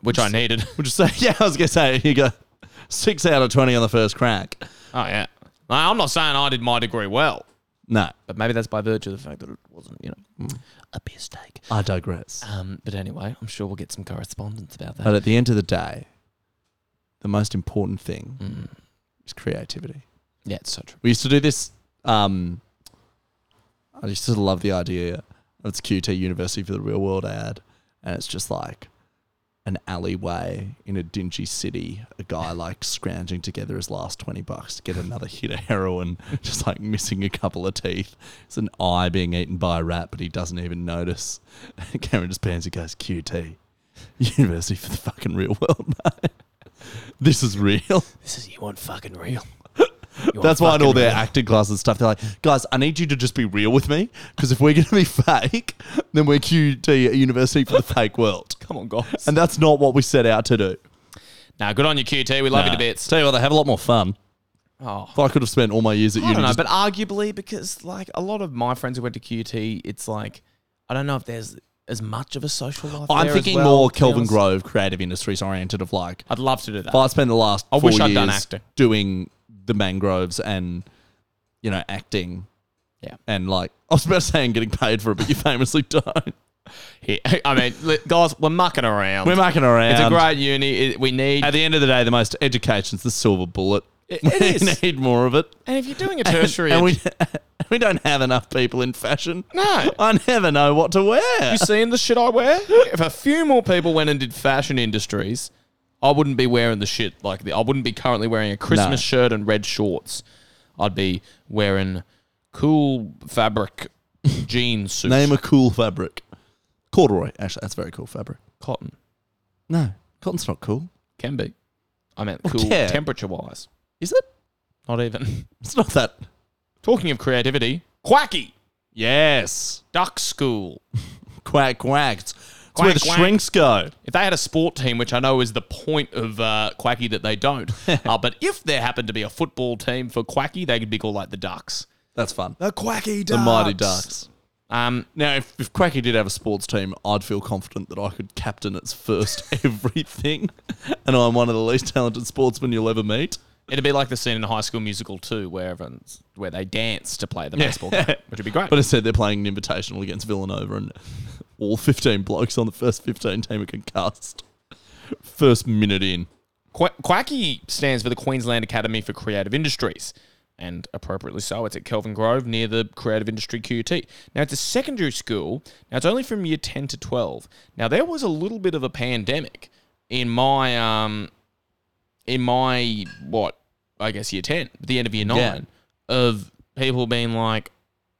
which I needed. would you say, yeah, I was going to say, you go six out of 20 on the first crack. oh yeah. No, I'm not saying I did my degree well, No, but maybe that's by virtue of the fact that it wasn't, you know, a beer steak. I digress. Um, but anyway, I'm sure we'll get some correspondence about that. But at the end of the day, the most important thing is creativity. Mm. yeah, it's so true. We used to do this. Um, I used to love the idea of its QT University for the Real World ad. and it's just like an alleyway in a dingy city, a guy like scrounging together his last 20 bucks to get another hit of heroin, just like missing a couple of teeth. It's an eye being eaten by a rat, but he doesn't even notice. And Cameron just pans and goes, QT, University for the fucking real world, mate. This is real. This is you want fucking real. That's why in all their acting classes and stuff, they're like, guys, I need you to just be real with me because if we're going to be fake, then we're QT at University for the fake world. Come on, guys. And that's not what we set out to do. now, good on you, QT. We love you Nah. to bits. Tell you what, they have a lot more fun. Oh. If I could have spent all my years at I uni, don't know, just- but arguably because like a lot of my friends who went to QT, it's like I don't know if there's as much of a social life. I'm there thinking as well, more to be Kelvin honest. Grove creative industries oriented of like I'd love to do that. if I spend the last I four wish I'd years done acting. doing the mangroves and you know acting. Yeah. And like I was about to say I'm getting paid for it, but you famously don't. Here- I mean, li- guys, we're mucking around. We're mucking around. It's a great uni. It, we need. At the end of the day, the most education's the silver bullet. It- we it is. need more of it. and if you're doing a tertiary, and we we don't have enough people in fashion. No. I never know what to wear. you seeing the shit I wear? If a few more people went and did fashion industries, I wouldn't be wearing the shit like the, I wouldn't be currently wearing a Christmas No. shirt and red shorts. I'd be wearing cool fabric jean suits. Name a cool fabric. Corduroy. Actually, that's very cool fabric. cotton. No, cotton's not cool. Can be. I meant Well, cool yeah. temperature wise. Is it? Not even. It's not that. Talking of creativity, Quacky Yes. Duck School. Quack, quack. It's, it's Quack, where the quack. shrinks go. If they had a sport team, which I know is the point of uh, Quacky that they don't, uh, but if there happened to be a football team for Quacky, they could be called like the Ducks. That's fun. The quacky The Mighty Ducks. Um, Now, if, if Quacky did have a sports team, I'd feel confident that I could captain its first everything. And I'm one of the least talented sportsmen you'll ever meet. it'd be like the scene in High School Musical too, where everyone's, where they dance to play the baseball game, which would be great. But instead, they're playing an invitational against Villanova, and all 15 blokes on the first 15 team are concussed. First minute in. Qu- Quacky stands for the Queensland Academy for Creative Industries, and appropriately so, it's at Kelvin Grove near the Creative Industry QUT. Now, it's a secondary school. Now, it's only from year 10 to 12. Now, there was a little bit of a pandemic in my, um, in my, what, I guess year 10, at the end of year 9, of people being like,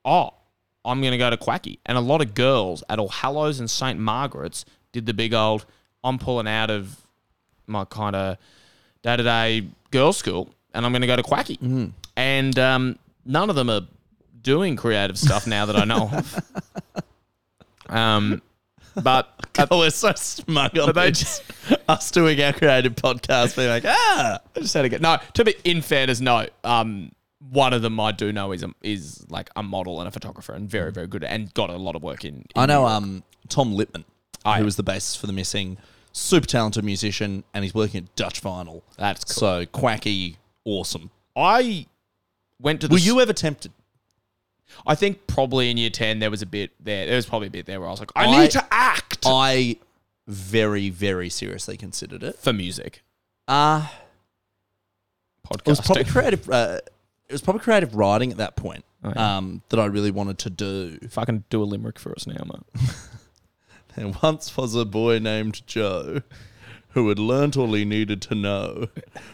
oh, I'm going to go to Quacky. And a lot of girls at All Hallows and St. Margaret's did the big old, I'm pulling out of my kind of day to day girls' school, and I'm going to go to Quacky. And um, none of them are doing creative stuff now that I know of. Um, but Oh, we're so smug on they this. Us doing our creative podcast, being like, ah. I just had to get no. To be in fairness, no. Um, one of them I do know is a, is like a model and a photographer, and very very good, and got a lot of work in. in I know um, Tom Lippman, Oh, yeah. who was the bassist for The Missing, super talented musician, and he's working at Dutch Vinyl. That's cool. So quacky, awesome. I went to the. Were s- you ever tempted? I think probably in year ten there was a bit there. There was probably a bit there where I was like, I, I- need to act I very, very seriously considered it. for music Uh, podcasting. it was probably creative. Uh, it was probably creative writing at that point Oh, yeah. um, that I really wanted to do. Fucking do a limerick for us now, mate. There once was a boy named Joe who had learnt all he needed to know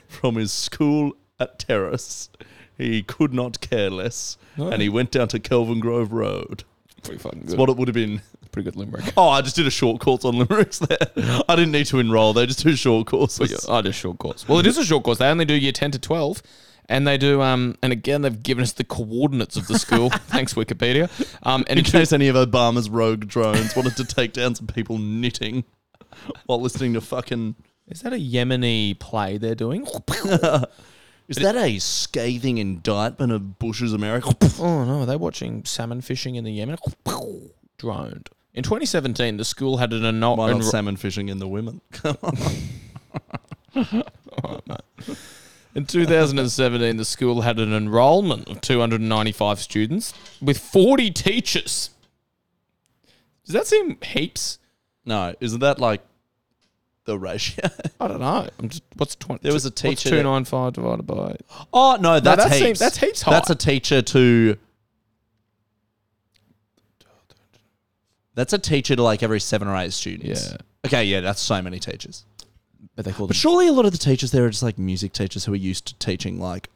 from his school at Terrace. He could not care less, and he went down to Kelvin Grove Road. Pretty fucking good. It's what it would have been. pretty good limerick. Oh, I just did a short course on limericks there. I didn't need to enroll. They just do short courses. Oh, just short course. Well, it is a short course. They only do year ten to twelve, and they do. Um, and again, they've given us the coordinates of the school. Thanks, Wikipedia. Um, In and in two- case any of Obama's rogue drones wanted to take down some people knitting while listening to fucking. is that a Yemeni play they're doing? Is that a scathing indictment of Bush's America? Oh no, are they watching salmon fishing in the Yemen? Droned. In 2017, the school had an anon- Why not enro- salmon fishing in the women? In 2017, the school had an enrollment of 295 students with 40 teachers. Does that seem heaps? No, isn't that like the ratio? I don't know. I'm just what's twenty. There was a what's teacher that- 295 divided by. oh no, that's that heaps. seems- that's heaps high. That's a teacher to That's a teacher to like every seven or eight students. Yeah. Mm. Okay, yeah, that's so many teachers. But they call But surely a lot of the teachers there are just like music teachers who are used to teaching like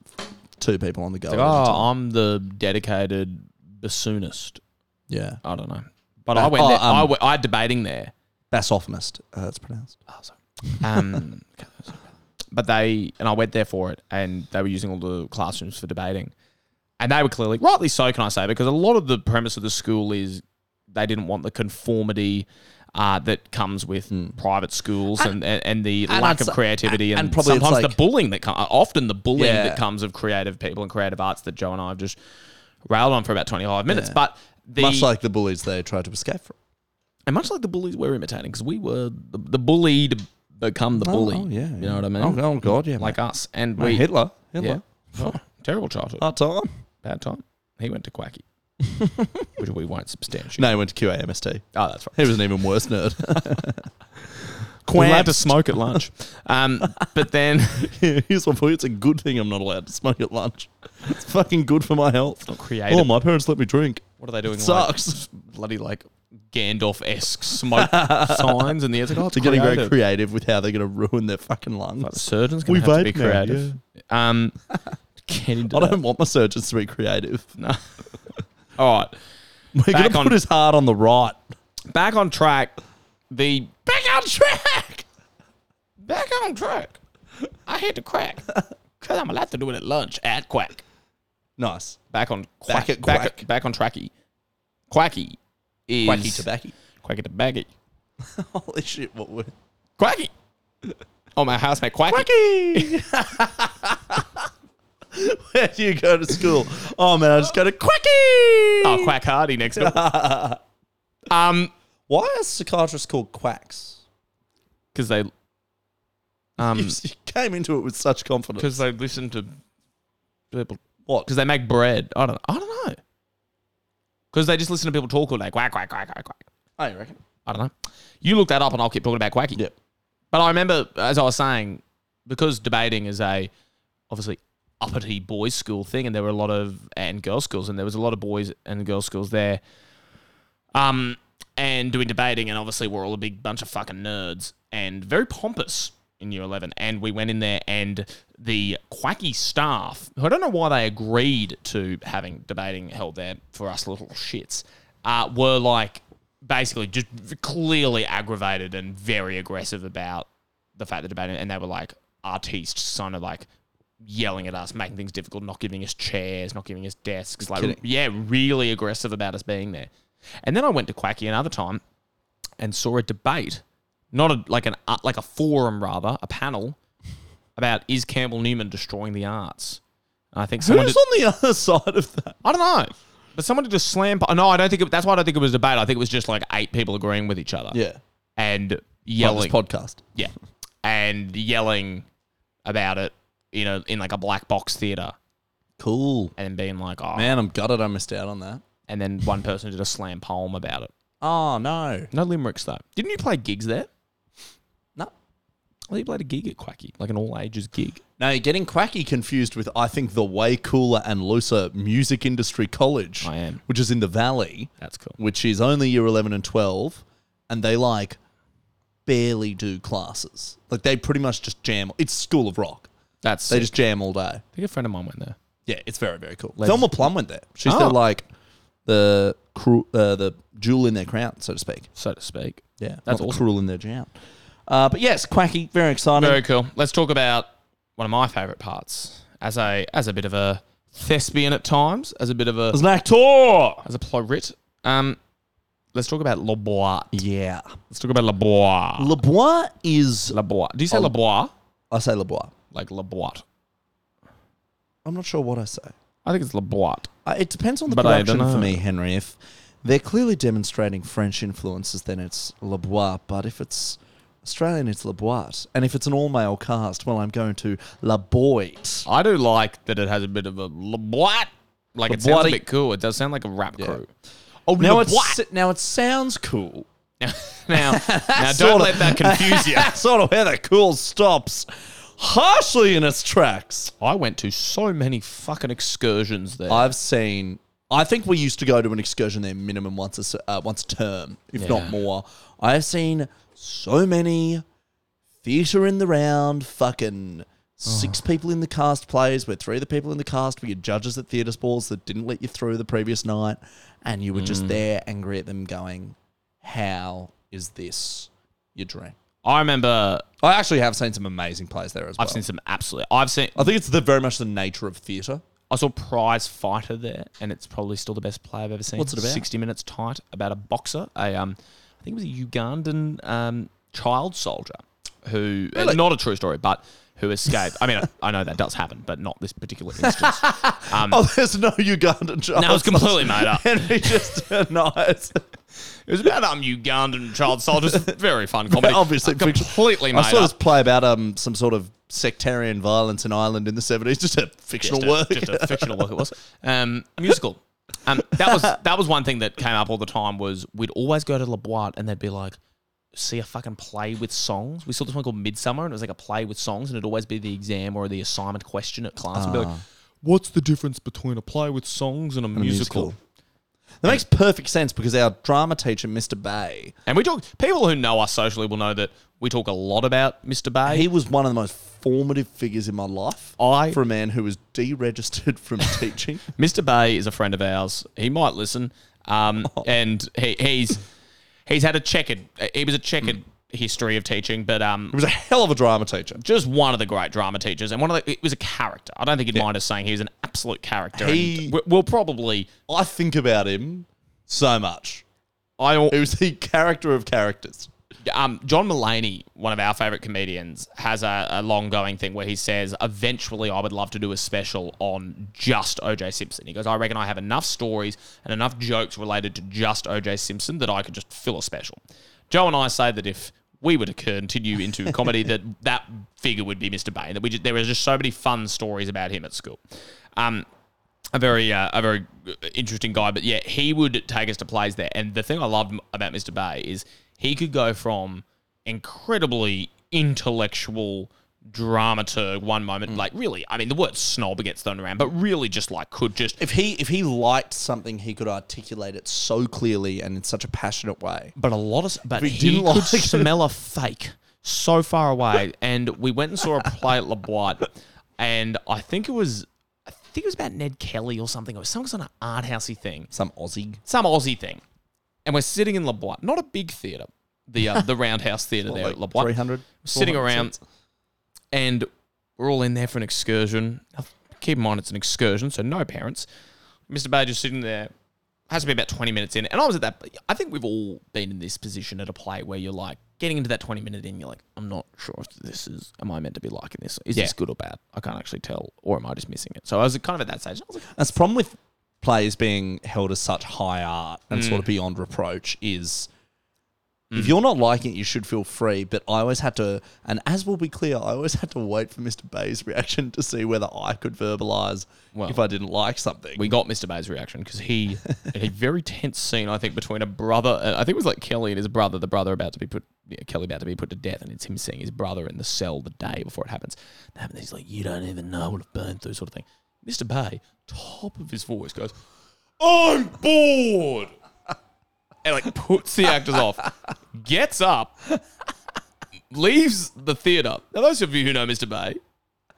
two people on the go. at a oh, time. I'm the dedicated bassoonist. yeah. I don't know. But Uh, I went oh, there. um, I, went, I had debating there. Basophonist, uh, that's pronounced. Oh, Um, but they and I went there for it, and they were using all the classrooms for debating, and they were clearly, rightly so, can I say, because a lot of the premise of the school is they didn't want the conformity uh, that comes with private schools and, and, and the Hmm. and lack I'd of say- creativity, and, and probably it's sometimes like- the bullying that comes, often the bullying Yeah. that comes of creative people and creative arts that Joe and I have just railed on for about twenty five minutes, Yeah. but. The, Much like the bullies they tried to escape from. and much like the bullies we're imitating, because we were the, the bullied become the bully. oh, yeah, you yeah. know what I mean? Oh, oh, God, yeah, like us. And Mate, we Hitler. yeah, Hitler. Oh, terrible childhood, Part time. bad time. He went to Quacky, which we won't substantiate. No, he went to QAMST. Oh, that's right. He was an even worse nerd. We're allowed to Quamst. smoke at lunch, um, but then Here's what it's a good thing I'm not allowed to smoke at lunch. It's fucking good for my health. not creative. Oh, my parents let me drink. what are they doing? Sucks. Like, bloody like Gandalf esque smoke signs, and the it's like, oh, it's They're getting very creative. creative with how they're going to ruin their fucking lungs. Like the surgeons We going to have to be vape now, creative. Um, get into I that. don't want my surgeons to be creative. All right. We're going Back to on- put his heart on the right. back on track. The back on track. Back on track. I hit the crack because I'm allowed to do it at lunch at quack. Nice. Back on quack. Back at Back, quack. back on tracky. Quacky is Quacky tobacco. Quacky tobacco. Holy shit, what we Quacky. Oh, my housemate quacky. Quacky! Where do you go to school? Oh man, I just go to Quacky! Oh, quack hardy next door. um, Why are psychiatrists called quacks? because they um You s- you came into it with such confidence. because they listen to people What? because they make bread. I don't. I don't know. Because they just listen to people talk all day. Quack quack quack quack quack. Oh, you reckcken? I don't know. You look that up, and I'll keep talking about quacky. Yep. But I remember, as I was saying, because debating is a obviously uppity boys' school thing, and there were a lot of and girls' schools, and there was a lot of boys and girls' schools there. Um, and doing debating, and obviously we're all a big bunch of fucking nerds and very pompous in year eleven. And we went in there, and the quacky staff, who I don't know why they agreed to having debating held there for us little shits, uh, were like basically just clearly aggravated and very aggressive about the fact that debating, and they were like artistes, kind of like yelling at us, making things difficult, not giving us chairs, not giving us desks, like kidding. yeah, really aggressive about us being there. And then I went to Quacky another time and saw a debate, not a, like an uh, like a forum rather, a panel about is Campbell Newman destroying the arts. And I think someone Who's did- on the other side of that? I don't know. But someone did a slam. No, I don't think it, that's why I don't think it was a debate. I think it was just like eight people agreeing with each other. Yeah. And Like yelling. this podcast. yeah. And yelling about it, you know, in like a black box theater Cool. and being like, oh. Man, I'm gutted I missed out on that. And then one person did a slam poem about it. Oh, no. No limericks though. Didn't you play gigs there? No. I think you played a gig at Quacky, like an all ages gig. No, you're getting Quacky confused with, I think, the way cooler and looser Music Industry College. I am. Which is in the Valley. That's cool. which is only year 11 and 12 and they like barely do classes like they pretty much just jam it's school of rock That's they just jam all day I think a friend of mine went there. yeah it's very very cool Legend. Thelma Plum went there she's Oh. the like the cru- uh, the jewel in their crown so to speak So to speak. yeah That's not the awesome. cruel in their jam uh, but yes quacky very exciting Very cool. Let's talk about one of my favourite parts. As a as a bit of a thespian at times, as a bit of a as an actor as a playwrit. Um let's talk about La Boite. yeah Let's talk about La Boite. Le Bois is La Boite. Do you say Oh. La Boite? I say Le Bois Like La Boite. I'm not sure what I say I think it's La Boite. Uh, it depends on the But I production dunno. for me, Henry. If they're clearly demonstrating French influences, then it's Le Bois. But if it's Australian, it's Le Bois. And if it's an all male cast, well, I'm going to La Boite. I do like that it has a bit of a La Boite. Like La it sounds a Boite. bit cool. It does sound like a rap crew. Oh, now, Le it's, Bois. now it sounds cool. Now, now, now don't Sorta. let that confuse you. That's sort of where the cool stops harshly in its tracks. I went to so many fucking excursions there. I've seen I think we used to go to an excursion there minimum once a s- uh, once a term, if not more. I have seen so many theatre in the round, Oh. fucking six people in the cast plays where three of the people in the cast were your judges at theatre balls that didn't let you through the previous night, and you were Mm. just there angry at them, going, "How is this your dream?" I remember I actually have seen some amazing plays there as well. I've seen some absolute. I've seen. I think it's the very much the nature of theatre. I saw Prize Fighter there, and it's probably still the best play I've ever seen. What's it about? Sixty minutes tight about a boxer, a um, I think it was a Ugandan um, child soldier who uh, Really? not a true story, but who escaped. I mean, I, I know that does happen, but not this particular instance. Um, Oh, there's no Ugandan child. No, it's completely made up. Henry just denies. It was about um Ugandan child soldiers. Very fun comedy. Obviously, Uh, completely made I saw this up. play about um some sort of sectarian violence in Ireland in the seventies. Just a fictional Just a- work. Just a fictional work it was. Um, musical. Um, that was that was one thing that came up all the time was we'd always go to La Boite and they'd be like, see a fucking play with songs. We saw this one called Midsummer and it was like a play with songs and it'd always be the exam or the assignment question at class. and be like, what's the difference between a play with songs Ah. and a, musical? musical. That makes perfect sense because our drama teacher, Mr. Bay, And we talk. People who know us socially will know that we talk a lot about Mr. Bay. he was one of the most formative figures in my life. I- for a man who was deregistered from teaching. Mr. Bay is a friend of ours. He might listen. Um, and he, he's he's had a checkered. He was a checkered history of teaching, but um, He was a hell of a drama teacher. just one of the great drama teachers, and one of the it was a character. I don't think he'd mind us saying he was an absolute character. and He- we- we'll probably. I think about him so much. I al- He was the character of characters. um, John Mullaney, one of our favorite comedians, has a, a long going thing where he says, eventually I would love to do a special on just OJ Simpson. He goes, I reckon I have enough stories and enough jokes related to just OJ Simpson that I could just fill a special. Joe and I say that if we were to continue into comedy, that that figure would be Mr. Bain. That we just, there are just so many fun stories about him at school. Um, a very uh, a very interesting guy. But yeah, he would take us to plays there. And the thing I loved m- about Mr. Bay is he could go from incredibly intellectual dramaturg one moment, like really, I mean, the word snob gets thrown around, but really just like could just if he if he liked something, he could articulate it so clearly and in such a passionate way. But a lot of, but If he, he didn't could like it. smell a fake so far away. and we went and saw a play at La Boite, and I think it was, I think it was about Ned Kelly or something. It was some sort of art housey thing, Some Aussie. some Aussie thing. And we're sitting in La Boite, not a big theatre, the uh, the Roundhouse Theatre there at La Boite. 300, sitting 400 around, seats. and we're all in there for an excursion. Now, Keep in mind it's an excursion, so no parents. Mr. Badger's sitting there. Has to be about twenty minutes in, and I was at that. I think we've all been in this position at a play where you're like getting into that twenty minute in. You're like, I'm not sure if this is. Am I meant to be liking this? Is this Yeah. good or bad? I can't actually tell, or am I just missing it? So I was kind of at that stage. I was like, That's the problem with plays being held as such high art Mm. and sort of beyond reproach is if you're not liking it, you should feel free. But I always had to, and as will be clear, I always had to wait for Mr. Bay's reaction to see whether I could verbalize Well, if I didn't like something. we got Mr. Bay's reaction because he a very tense scene, I think, between a brother. uh, I think it was like Kelly and his brother. The brother about to be put, yeah, Kelly about to be put to death, and it's him seeing his brother in the cell the day before it happens. And he's like, "You don't even know what I've burned through," sort of thing. Mr. Bay, top of his voice, goes, "I'm bored," and like puts the actors off, gets up, leaves the theater. Now, those of you who know Mr. Bay,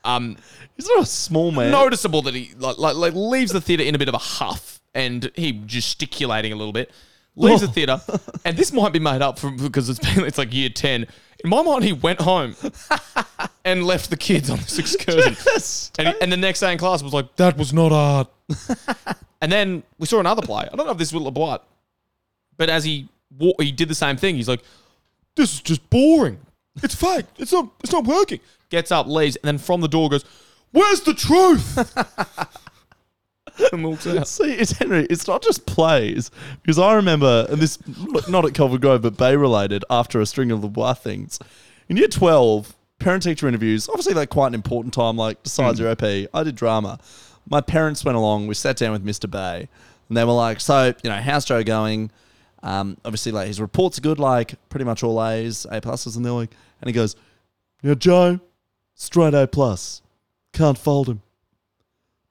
um, He's not a small man. noticeable that he like, like, like leaves the theater in a bit of a huff and he gesticulating a little bit leaves the theater and this might be made up for because it's been it's like year 10 in my mind he went home and left the kids on this excursion and, he- and the next day in class was like that was not art and then we saw another play i don't know if this was LeBlanc, but as he wa- he did the same thing he's like this is just boring. It's fake. It's not. It's not working. Gets up, leaves, and then from the door goes, "Where's the truth?" and walks out. See, it's Henry. It's not just plays because I remember, and this not at Culver Grove, but Bay related. After a string of the Bois things, in year twelve, parent teacher interviews. Obviously, like quite an important time. Like besides your OP, I did drama. My parents went along. We sat down with Mr. Bay, and they were like, "So, you know, how's Joe going?" Um, obviously, like his reports are good. Like pretty much all A's, A pluses, and they're like, and he goes, "Yeah, Joe, straight A plus, can't fold him."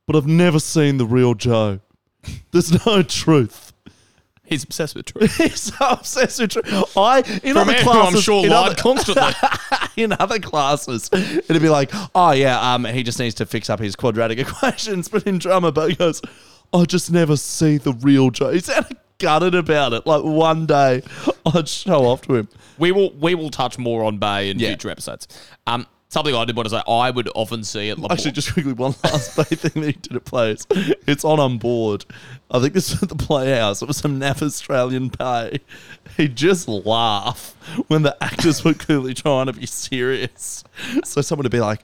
But I've never seen the real Joe. There's no truth. He's obsessed with truth. He's so obsessed with truth. I in From other Andrew, classes, I'm sure, in lied other- constantly. in other classes, it'd be like, oh yeah, um, he just needs to fix up his quadratic equations. But in drama, Bo goes, I just never see the real Joe. He's out of gutted about it. Like one day, I'd show off to him. We will we will touch more on Bay in Yeah. future episodes. Um, something I did want to say I would often see at Labor. Actually, just quickly, one last play thing that he did at plays. It's on on board. I think this was at the Playhouse. It was some naff Australian pay. He just laugh when the actors were clearly trying to be serious. So someone would be like,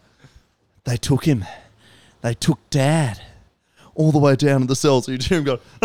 "They took him. They took Dad." All the way down to the cells, so you hear him go.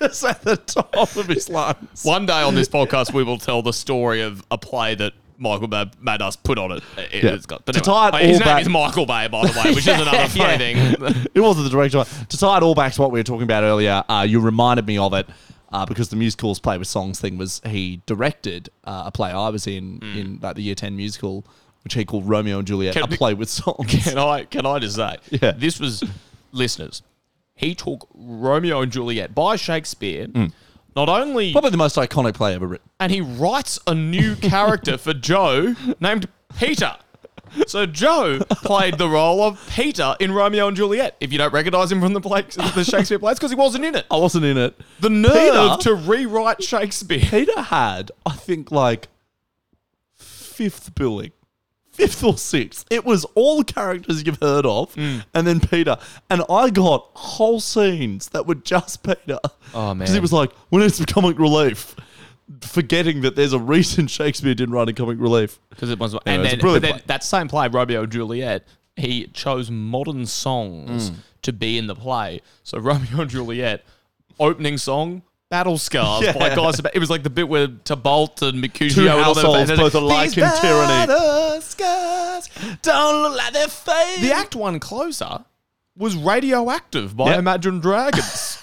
Just at the top of his lungs. one day on this podcast we will tell the story of a play that Michael Bay made us put on it. it Yeah. has got, but To anyway, tie it Uh, his all name back- is Michael Bay, by the way, which is another funny thing. it wasn't the director. To tie it all back to what we were talking about earlier, uh, you reminded me of it uh, because the musicals play with songs thing was he directed uh, a play I was in in like the year ten musical, which he called Romeo and Juliet, Mm. Can a we- play with songs. Can I can I just say Yeah. this was listeners? He took Romeo and Juliet by Shakespeare. Not only Mm. Probably the most iconic play ever written. and he writes a new character for Joe named Peter. So Joe played the role of Peter in Romeo and Juliet. If you don't recognise him from the play, the Shakespeare plays, because he wasn't in it. I wasn't in it. The nerve Peter? to rewrite Shakespeare. Peter had, I think, like fifth billing, fifth or sixth. It was all characters you've heard of, Mm. and then Peter. And I got whole scenes that were just Peter. Oh, Because he man. was like, we need some comic relief. Forgetting that there's a reason Shakespeare didn't write a comic relief. Because it was, Yeah, and it's a then, but brilliant then play. that same play, Romeo and Juliet, he chose modern songs to be in the play. So Romeo and Juliet, opening song. Battle Scars by Yeah. Guy Sebastian. It was like the bit where Tybalt and Mercutio Two and all them- households, and then- both alike These in tyranny. battle scars don't look like their face. The Act One closer was Radioactive by Yep. Imagine Dragons.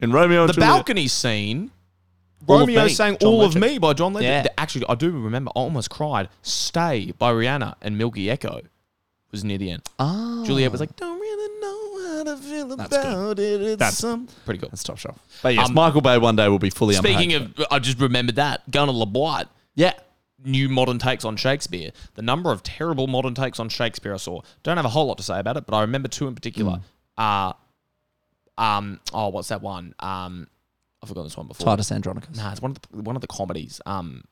In Romeo and the Juliet. balcony scene. All of Romeo Me, sang John "All Legend. of Me" by John Legend. Yeah. Th- Actually, I do remember. I almost cried. "Stay" by Rihanna and Milky Echo was near the end. Ah. Juliet was like, "Don't really know how to feel That's good. about it." It's That's- some pretty cool. That's top shelf. But yes, Um, Michael Bay one day will be fully Speaking unpacked. of, I just remembered that Gunnar LeBoit. Yeah. New modern takes on Shakespeare. The number of terrible modern takes on Shakespeare I saw. Don't have a whole lot to say about it, but I remember two in particular. Uh um, oh, what's that one? Um, I forgot this one before. Titus Andronicus. Nah, it's one of the one of the comedies. Um,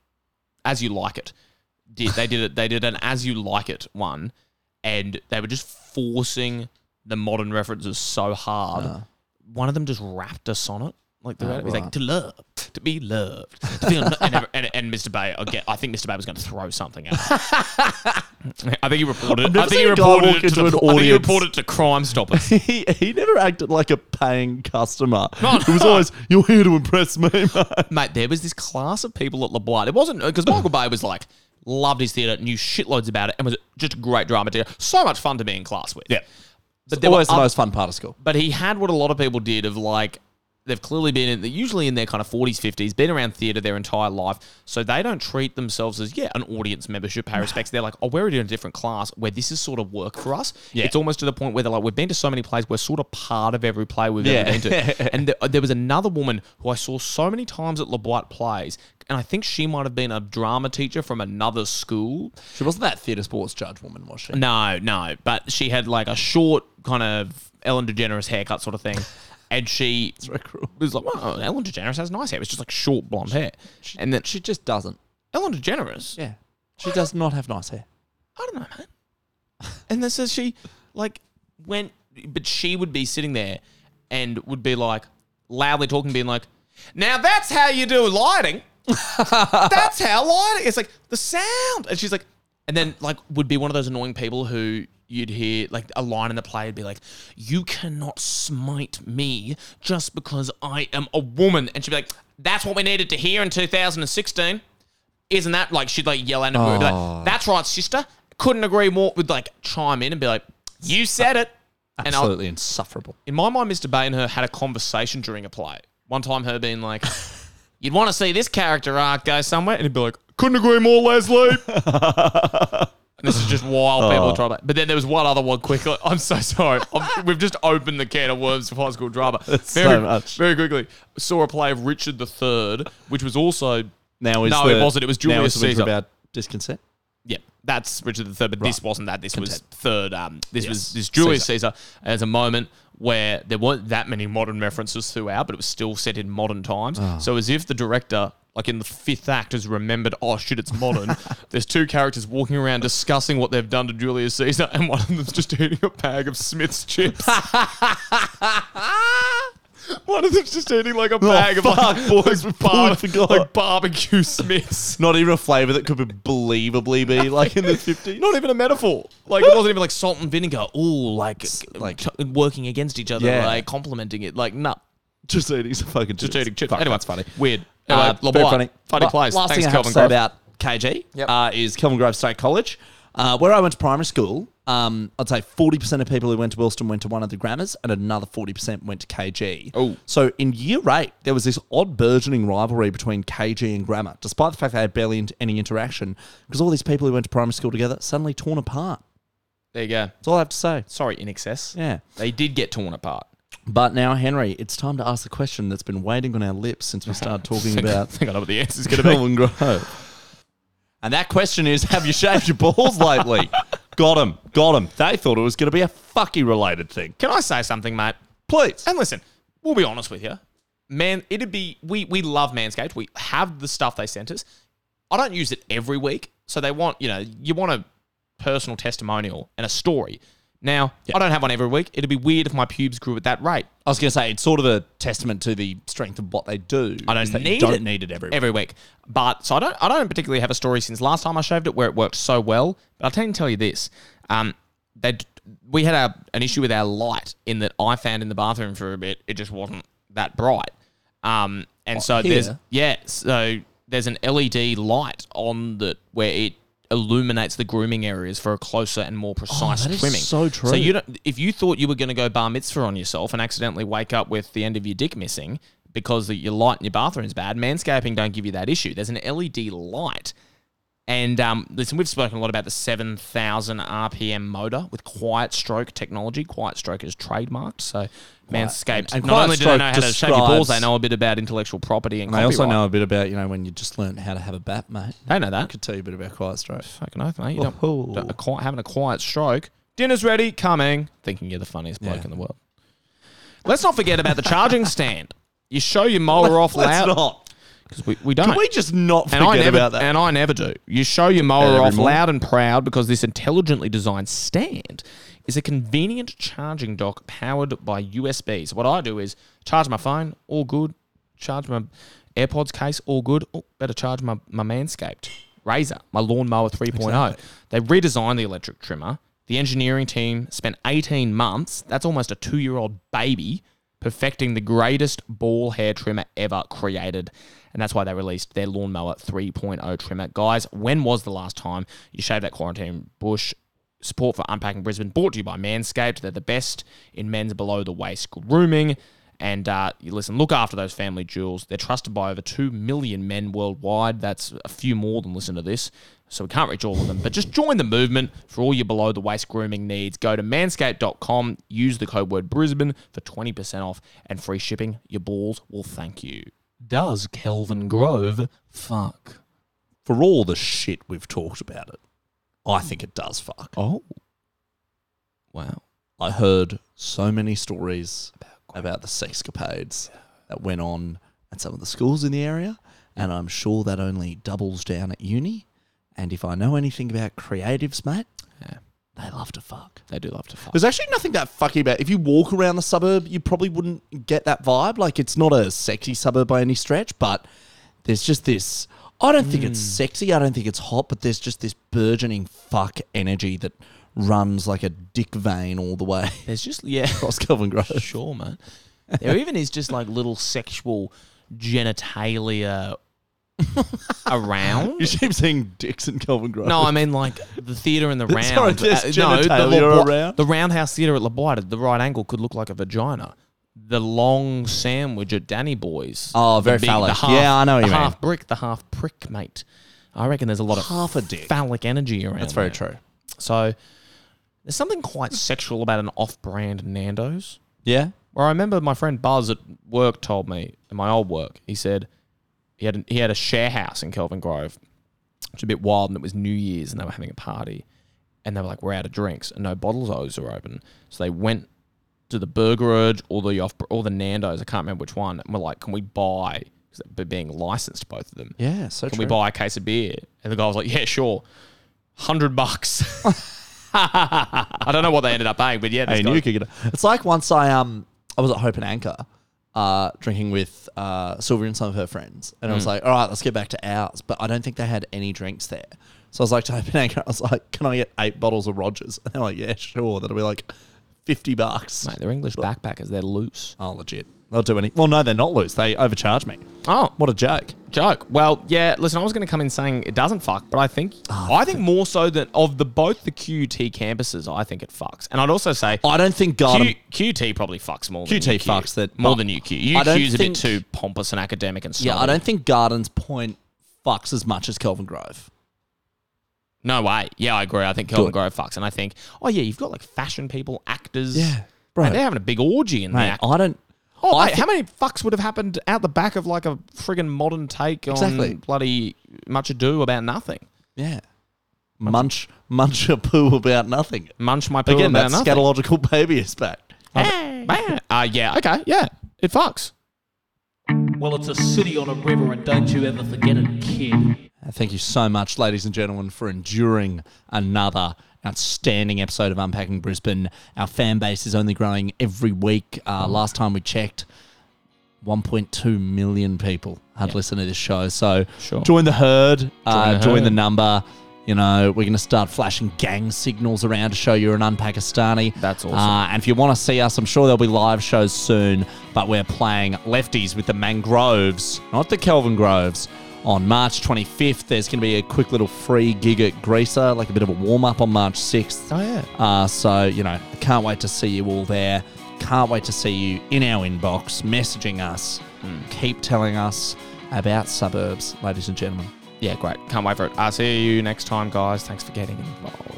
As You Like It. Did they did it? They did an As You Like It one, and they were just forcing the modern references so hard. One of them just rapped a sonnet. Like Ah, the it was like to love, to be loved, to feel no-" and, and, and Mr. Bay. Again, I think Mr. Bay was going to throw something out. I think he reported. never I think he seen a guy reported walk it to into an the, I think he audience. reported it to Crime Stoppers. he, he never acted like a paying customer. No, it was no. always, you're here to impress me, mate. mate, there was this class of people at LeBlanc. It wasn't because Michael Bay was like loved his theatre, knew shitloads about it, and was just a great drama teacher. So much fun to be in class with. but there always were the oth- most fun part of school. But he had what a lot of people did of like they've clearly been in, usually in their kind of forties, fifties, been around theatre their entire life, so they don't treat themselves as yeah an audience membership. Pay respects. They're like, oh, we're in a different class where this is sort of work for us. Yeah. It's almost to the point where they're like, we've been to so many plays, we're sort of part of every play we've Yeah. ever been to. and th- there was another woman who I saw so many times at LeBoit plays, and I think she might have been a drama teacher from another school. She wasn't that theatre sports judge woman, was she? No, no. But she had like a short kind of Ellen DeGeneres haircut sort of thing. And she cruel. was like, wow, Ellen DeGeneres has nice hair. It's just like short blonde hair. and then She just doesn't. Ellen DeGeneres, Yeah. She does not have nice hair. I don't know, man. And then so she like went, but she would be sitting there and would be like loudly talking, being like, now that's how you do lighting. that's how lighting. It's like the sound. And she's like, and then like would be one of those annoying people who you'd hear like a line in the play would be like, you cannot smite me just because I am a woman. And she'd be like, that's what we needed to hear in 2016 isn't that like she'd like yell at him and be like, that's right, sister. Couldn't agree more. Would like chime in and be like, you said it. And I'll, Absolutely insufferable. in my mind, Mr. Bay and her had a conversation during a play. One time, her being like, you'd want to see this character arc go somewhere, and he'd be like, couldn't agree more, Leslie. And this is just wild Oh. people trying to. But then there was one other one quickly. I'm so sorry. I'm, we've just opened the can of worms of high school drama. so very, much. Very quickly. Saw a play of Richard III, which was also. Now is No, the- it wasn't. It was now Julius is the winter Caesar. about disconsent. Yeah, that's Richard III, but this wasn't that. This was third. Um, this Yes. was this Julius Caesar. as a moment where there weren't that many modern references throughout, but it was still set in modern times. Ah. So as if the director, like in the fifth act, has remembered, oh shit, it's modern. There's two characters walking around discussing what they've done to Julius Caesar, and one of them's just eating a bag of Smith's chips. One of them's just eating like a bag of like, Oh, fuck, Oh, boys, Oh, like, fully bar- forgot. like barbecue Smiths. Not even a flavour that could be believably be like in the 50s. Not even a metaphor. Like it wasn't even like salt and vinegar. All like like- like working against each other, Yeah. like complimenting it. Like nah, Just eating some fucking chips. just eating chips. Fuck, anyway, that's funny. Weird. Anyway, Uh, LeBlanc, very funny. funny La- plays. Last Thanks, thing I have to Calvin say Grove. about KG uh, is Kelvin Grove State College, uh, where I went to primary school. Um, I'd say forty percent of people who went to Wilston went to one of the grammars, and another forty percent went to KG. Oh. so in year eight, there was this odd burgeoning rivalry between KG and grammar, despite the fact they had barely int- any interaction, because all these people who went to primary school together suddenly torn apart. There you go. That's all I have to say. Sorry, in excess. Yeah. They did get torn apart. But now, Henry, it's time to ask the question that's been waiting on our lips since we started talking about I think I know what the answer's gonna be. Kelvin Grove. And that question is, have you shaved your balls lately? got him, got him. They thought it was going to be a fucky related thing. Can I say something, mate? Please. And listen, we'll be honest with you. Man, it'd be we we love Manscaped. We have the stuff they sent us. I don't use it every week, so they want you know you want a personal testimonial and a story. Now I don't have one every week. It'd be weird if my pubes grew at that rate. I was going to say it's sort of a testament to the strength of what they do. I don't is that you need don't it need it every. every week. But so I don't I don't particularly have a story since last time I shaved it where it worked so well. But I'll tell you, tell you this. Um, they d- we had a, an issue with our light in that I found in the bathroom for a bit. It just wasn't that bright. Um, and so there's here? yeah, so there's an LED light on that where it illuminates the grooming areas for a closer and more precise that is trimming. so So true. you don't, if you thought you were going to go bar mitzvah on yourself and accidentally wake up with the end of your dick missing because the, your light in your bathroom is bad, manscaping don't give you that issue. There's an LED light. And um, listen, we've spoken a lot about the 7,000 RPM motor with Quiet Stroke technology. Quiet Stroke is trademarked, so Manscaped. and- and not Quiet only do they Stroke know how to shave your balls, they describes- know a bit about intellectual property and And I also copyright. know a bit about you know when you just learned how to have a bat, mate. They know that. I could tell you a bit about Quiet Stroke. Fucking oath, mate. You don't, Oh. don't- a qui- having a quiet stroke. Dinner's ready, coming. Thinking you're the funniest bloke Yeah. in the world. Let's not forget about the charging stand. You show your mower off Let's loud. not. Because we, we don't. Can we just not and forget I never, about that? And I never do. You show your mower Every off morning. loud and proud because this intelligently designed stand is a convenient charging dock powered by USB. So what I do is charge my phone, all good. Charge my AirPods case, all good. Oh, better charge my, my Manscaped razor, my lawnmower 3.0. They redesigned the electric trimmer. The engineering team spent 18 months, that's almost a two year old baby, perfecting the greatest ball hair trimmer ever created. And that's why they released their lawnmower 3.0 trimmer. Guys, when was the last time you shaved that quarantine bush? Support for Unpacking Brisbane, brought to you by Manscaped. They're the best in men's below the waist grooming. And uh, you listen, look after those family jewels. They're trusted by over 2 million men worldwide. That's a few more than listen to this. So we can't reach all of them. But just join the movement for all your below the waist grooming needs. Go to manscaped.com, use the code word Brisbane for 20% off and free shipping. Your balls will thank you. Does Kelvin Grove fuck? For all the shit we've talked about it, I think it does fuck. Oh. Wow. I heard so many stories about the sexcapades that went on at some of the schools in the area, and I'm sure that only doubles down at uni. And if I know anything about creatives, mate, they love to fuck. They do love to fuck. There's actually nothing that fucky about. If you walk around the suburb, you probably wouldn't get that vibe. Like it's not a sexy suburb by any stretch, but there's just this. I don't think it's Hmm. sexy. I don't think it's hot, but there's just this burgeoning fuck energy that runs like a dick vein all the way There's just, yeah. across Kelvin Grove. sure, man. There even is just like little sexual genitalia around. You keep seeing dicks in Kelvin Grove. No, I mean like the theatre and the round. Sorry, Uh, there's the, genitalia around? the roundhouse theatre at La Boite at the right angle could look like a vagina. The long sandwich at Danny Boy's. Oh, the very phallic. Yeah, I know what the you mean. half brick, the half prick, mate. I reckon there's a lot of Half a dick. phallic energy around. That's very there. true. So there's something quite sexual about an off-brand Nando's. Yeah. Well, I remember my friend Buzz at work told me at my old work. He said he had he had a share house in Kelvin Grove, which was a bit wild, and it was New Year's, and they were having a party, and they were like, "We're out of drinks, and no bottles of O's are open." So they went to the Burger Urge or the off or the Nando's. I can't remember which one. And we're like, "Can we buy?" Because they're being licensed, both of them. Yeah. So Can we buy a case of beer? And the guy was like, Yeah, sure. Hundred bucks. I don't know what they ended up paying, but yeah, this Hey, guy- new kicker. It's like once I um I was at Hope and Anchor, uh, drinking with uh Sylvia and some of her friends, and I was like, all right, let's get back to ours, but I don't think they had any drinks there. So I was like to Hope and Anchor, I was like, can I get eight bottles of Rogers? And they're like, yeah, sure. That'll be like fifty bucks. Mate, they're English backpackers. They're loose. Oh, legit. They'll do any. Well, no, they're not loose. They overcharge me. Oh, What a joke. joke. Well, yeah, listen, I was going to come in saying it doesn't fuck, but I think Ah, I think more so than of the both the QUT campuses, I think it fucks. And I'd also say I don't think Garden. Q, QT probably fucks more. QT than UQ. fucks that- more but than UQ. I don't UQ's a think- bit too pompous and academic and stuff. yeah, I don't think Gardens Point fucks as much as Kelvin Grove. No way. Yeah, I agree. I think Kelvin Good. Grove fucks, and I think, oh yeah, you've got like fashion people, actors. Yeah, bro. Mate, they're having a big orgy in Mate, there. I don't. oh, I mate, how many fucks would have happened out the back of like a friggin' modern take Exactly. on bloody much ado about nothing? Yeah. Munch, munch a poo about nothing. Munch my poo Again, about that nothing. scatological baby is back. Man. Uh, yeah. Okay. Yeah. It fucks. Well, it's a city on a river, and don't you ever forget it, kid. Uh, Thank you so much, ladies and gentlemen, for enduring another outstanding episode of Unpacking Brisbane. Our fan base is only growing every week. Uh, last time we checked, 1.2 million people had listened to this show. So Sure. join the herd, uh, Join the join herd. the number. You know, we're going to start flashing gang signals around to show you're an unpakistani. That's awesome. Uh, and if you want to see us, I'm sure there'll be live shows soon, but we're playing Lefties with the Mangroves, not the Kelvin Groves. On March 25th, there's going to be a quick little free gig at Greaser, like a bit of a warm up on March 6th. Oh, yeah. Uh, so, you know, can't wait to see you all there. Can't wait to see you in our inbox, messaging us. Keep telling us about suburbs, ladies and gentlemen. Yeah. Great. Can't wait for it. I'll see you next time, guys. Thanks for getting involved.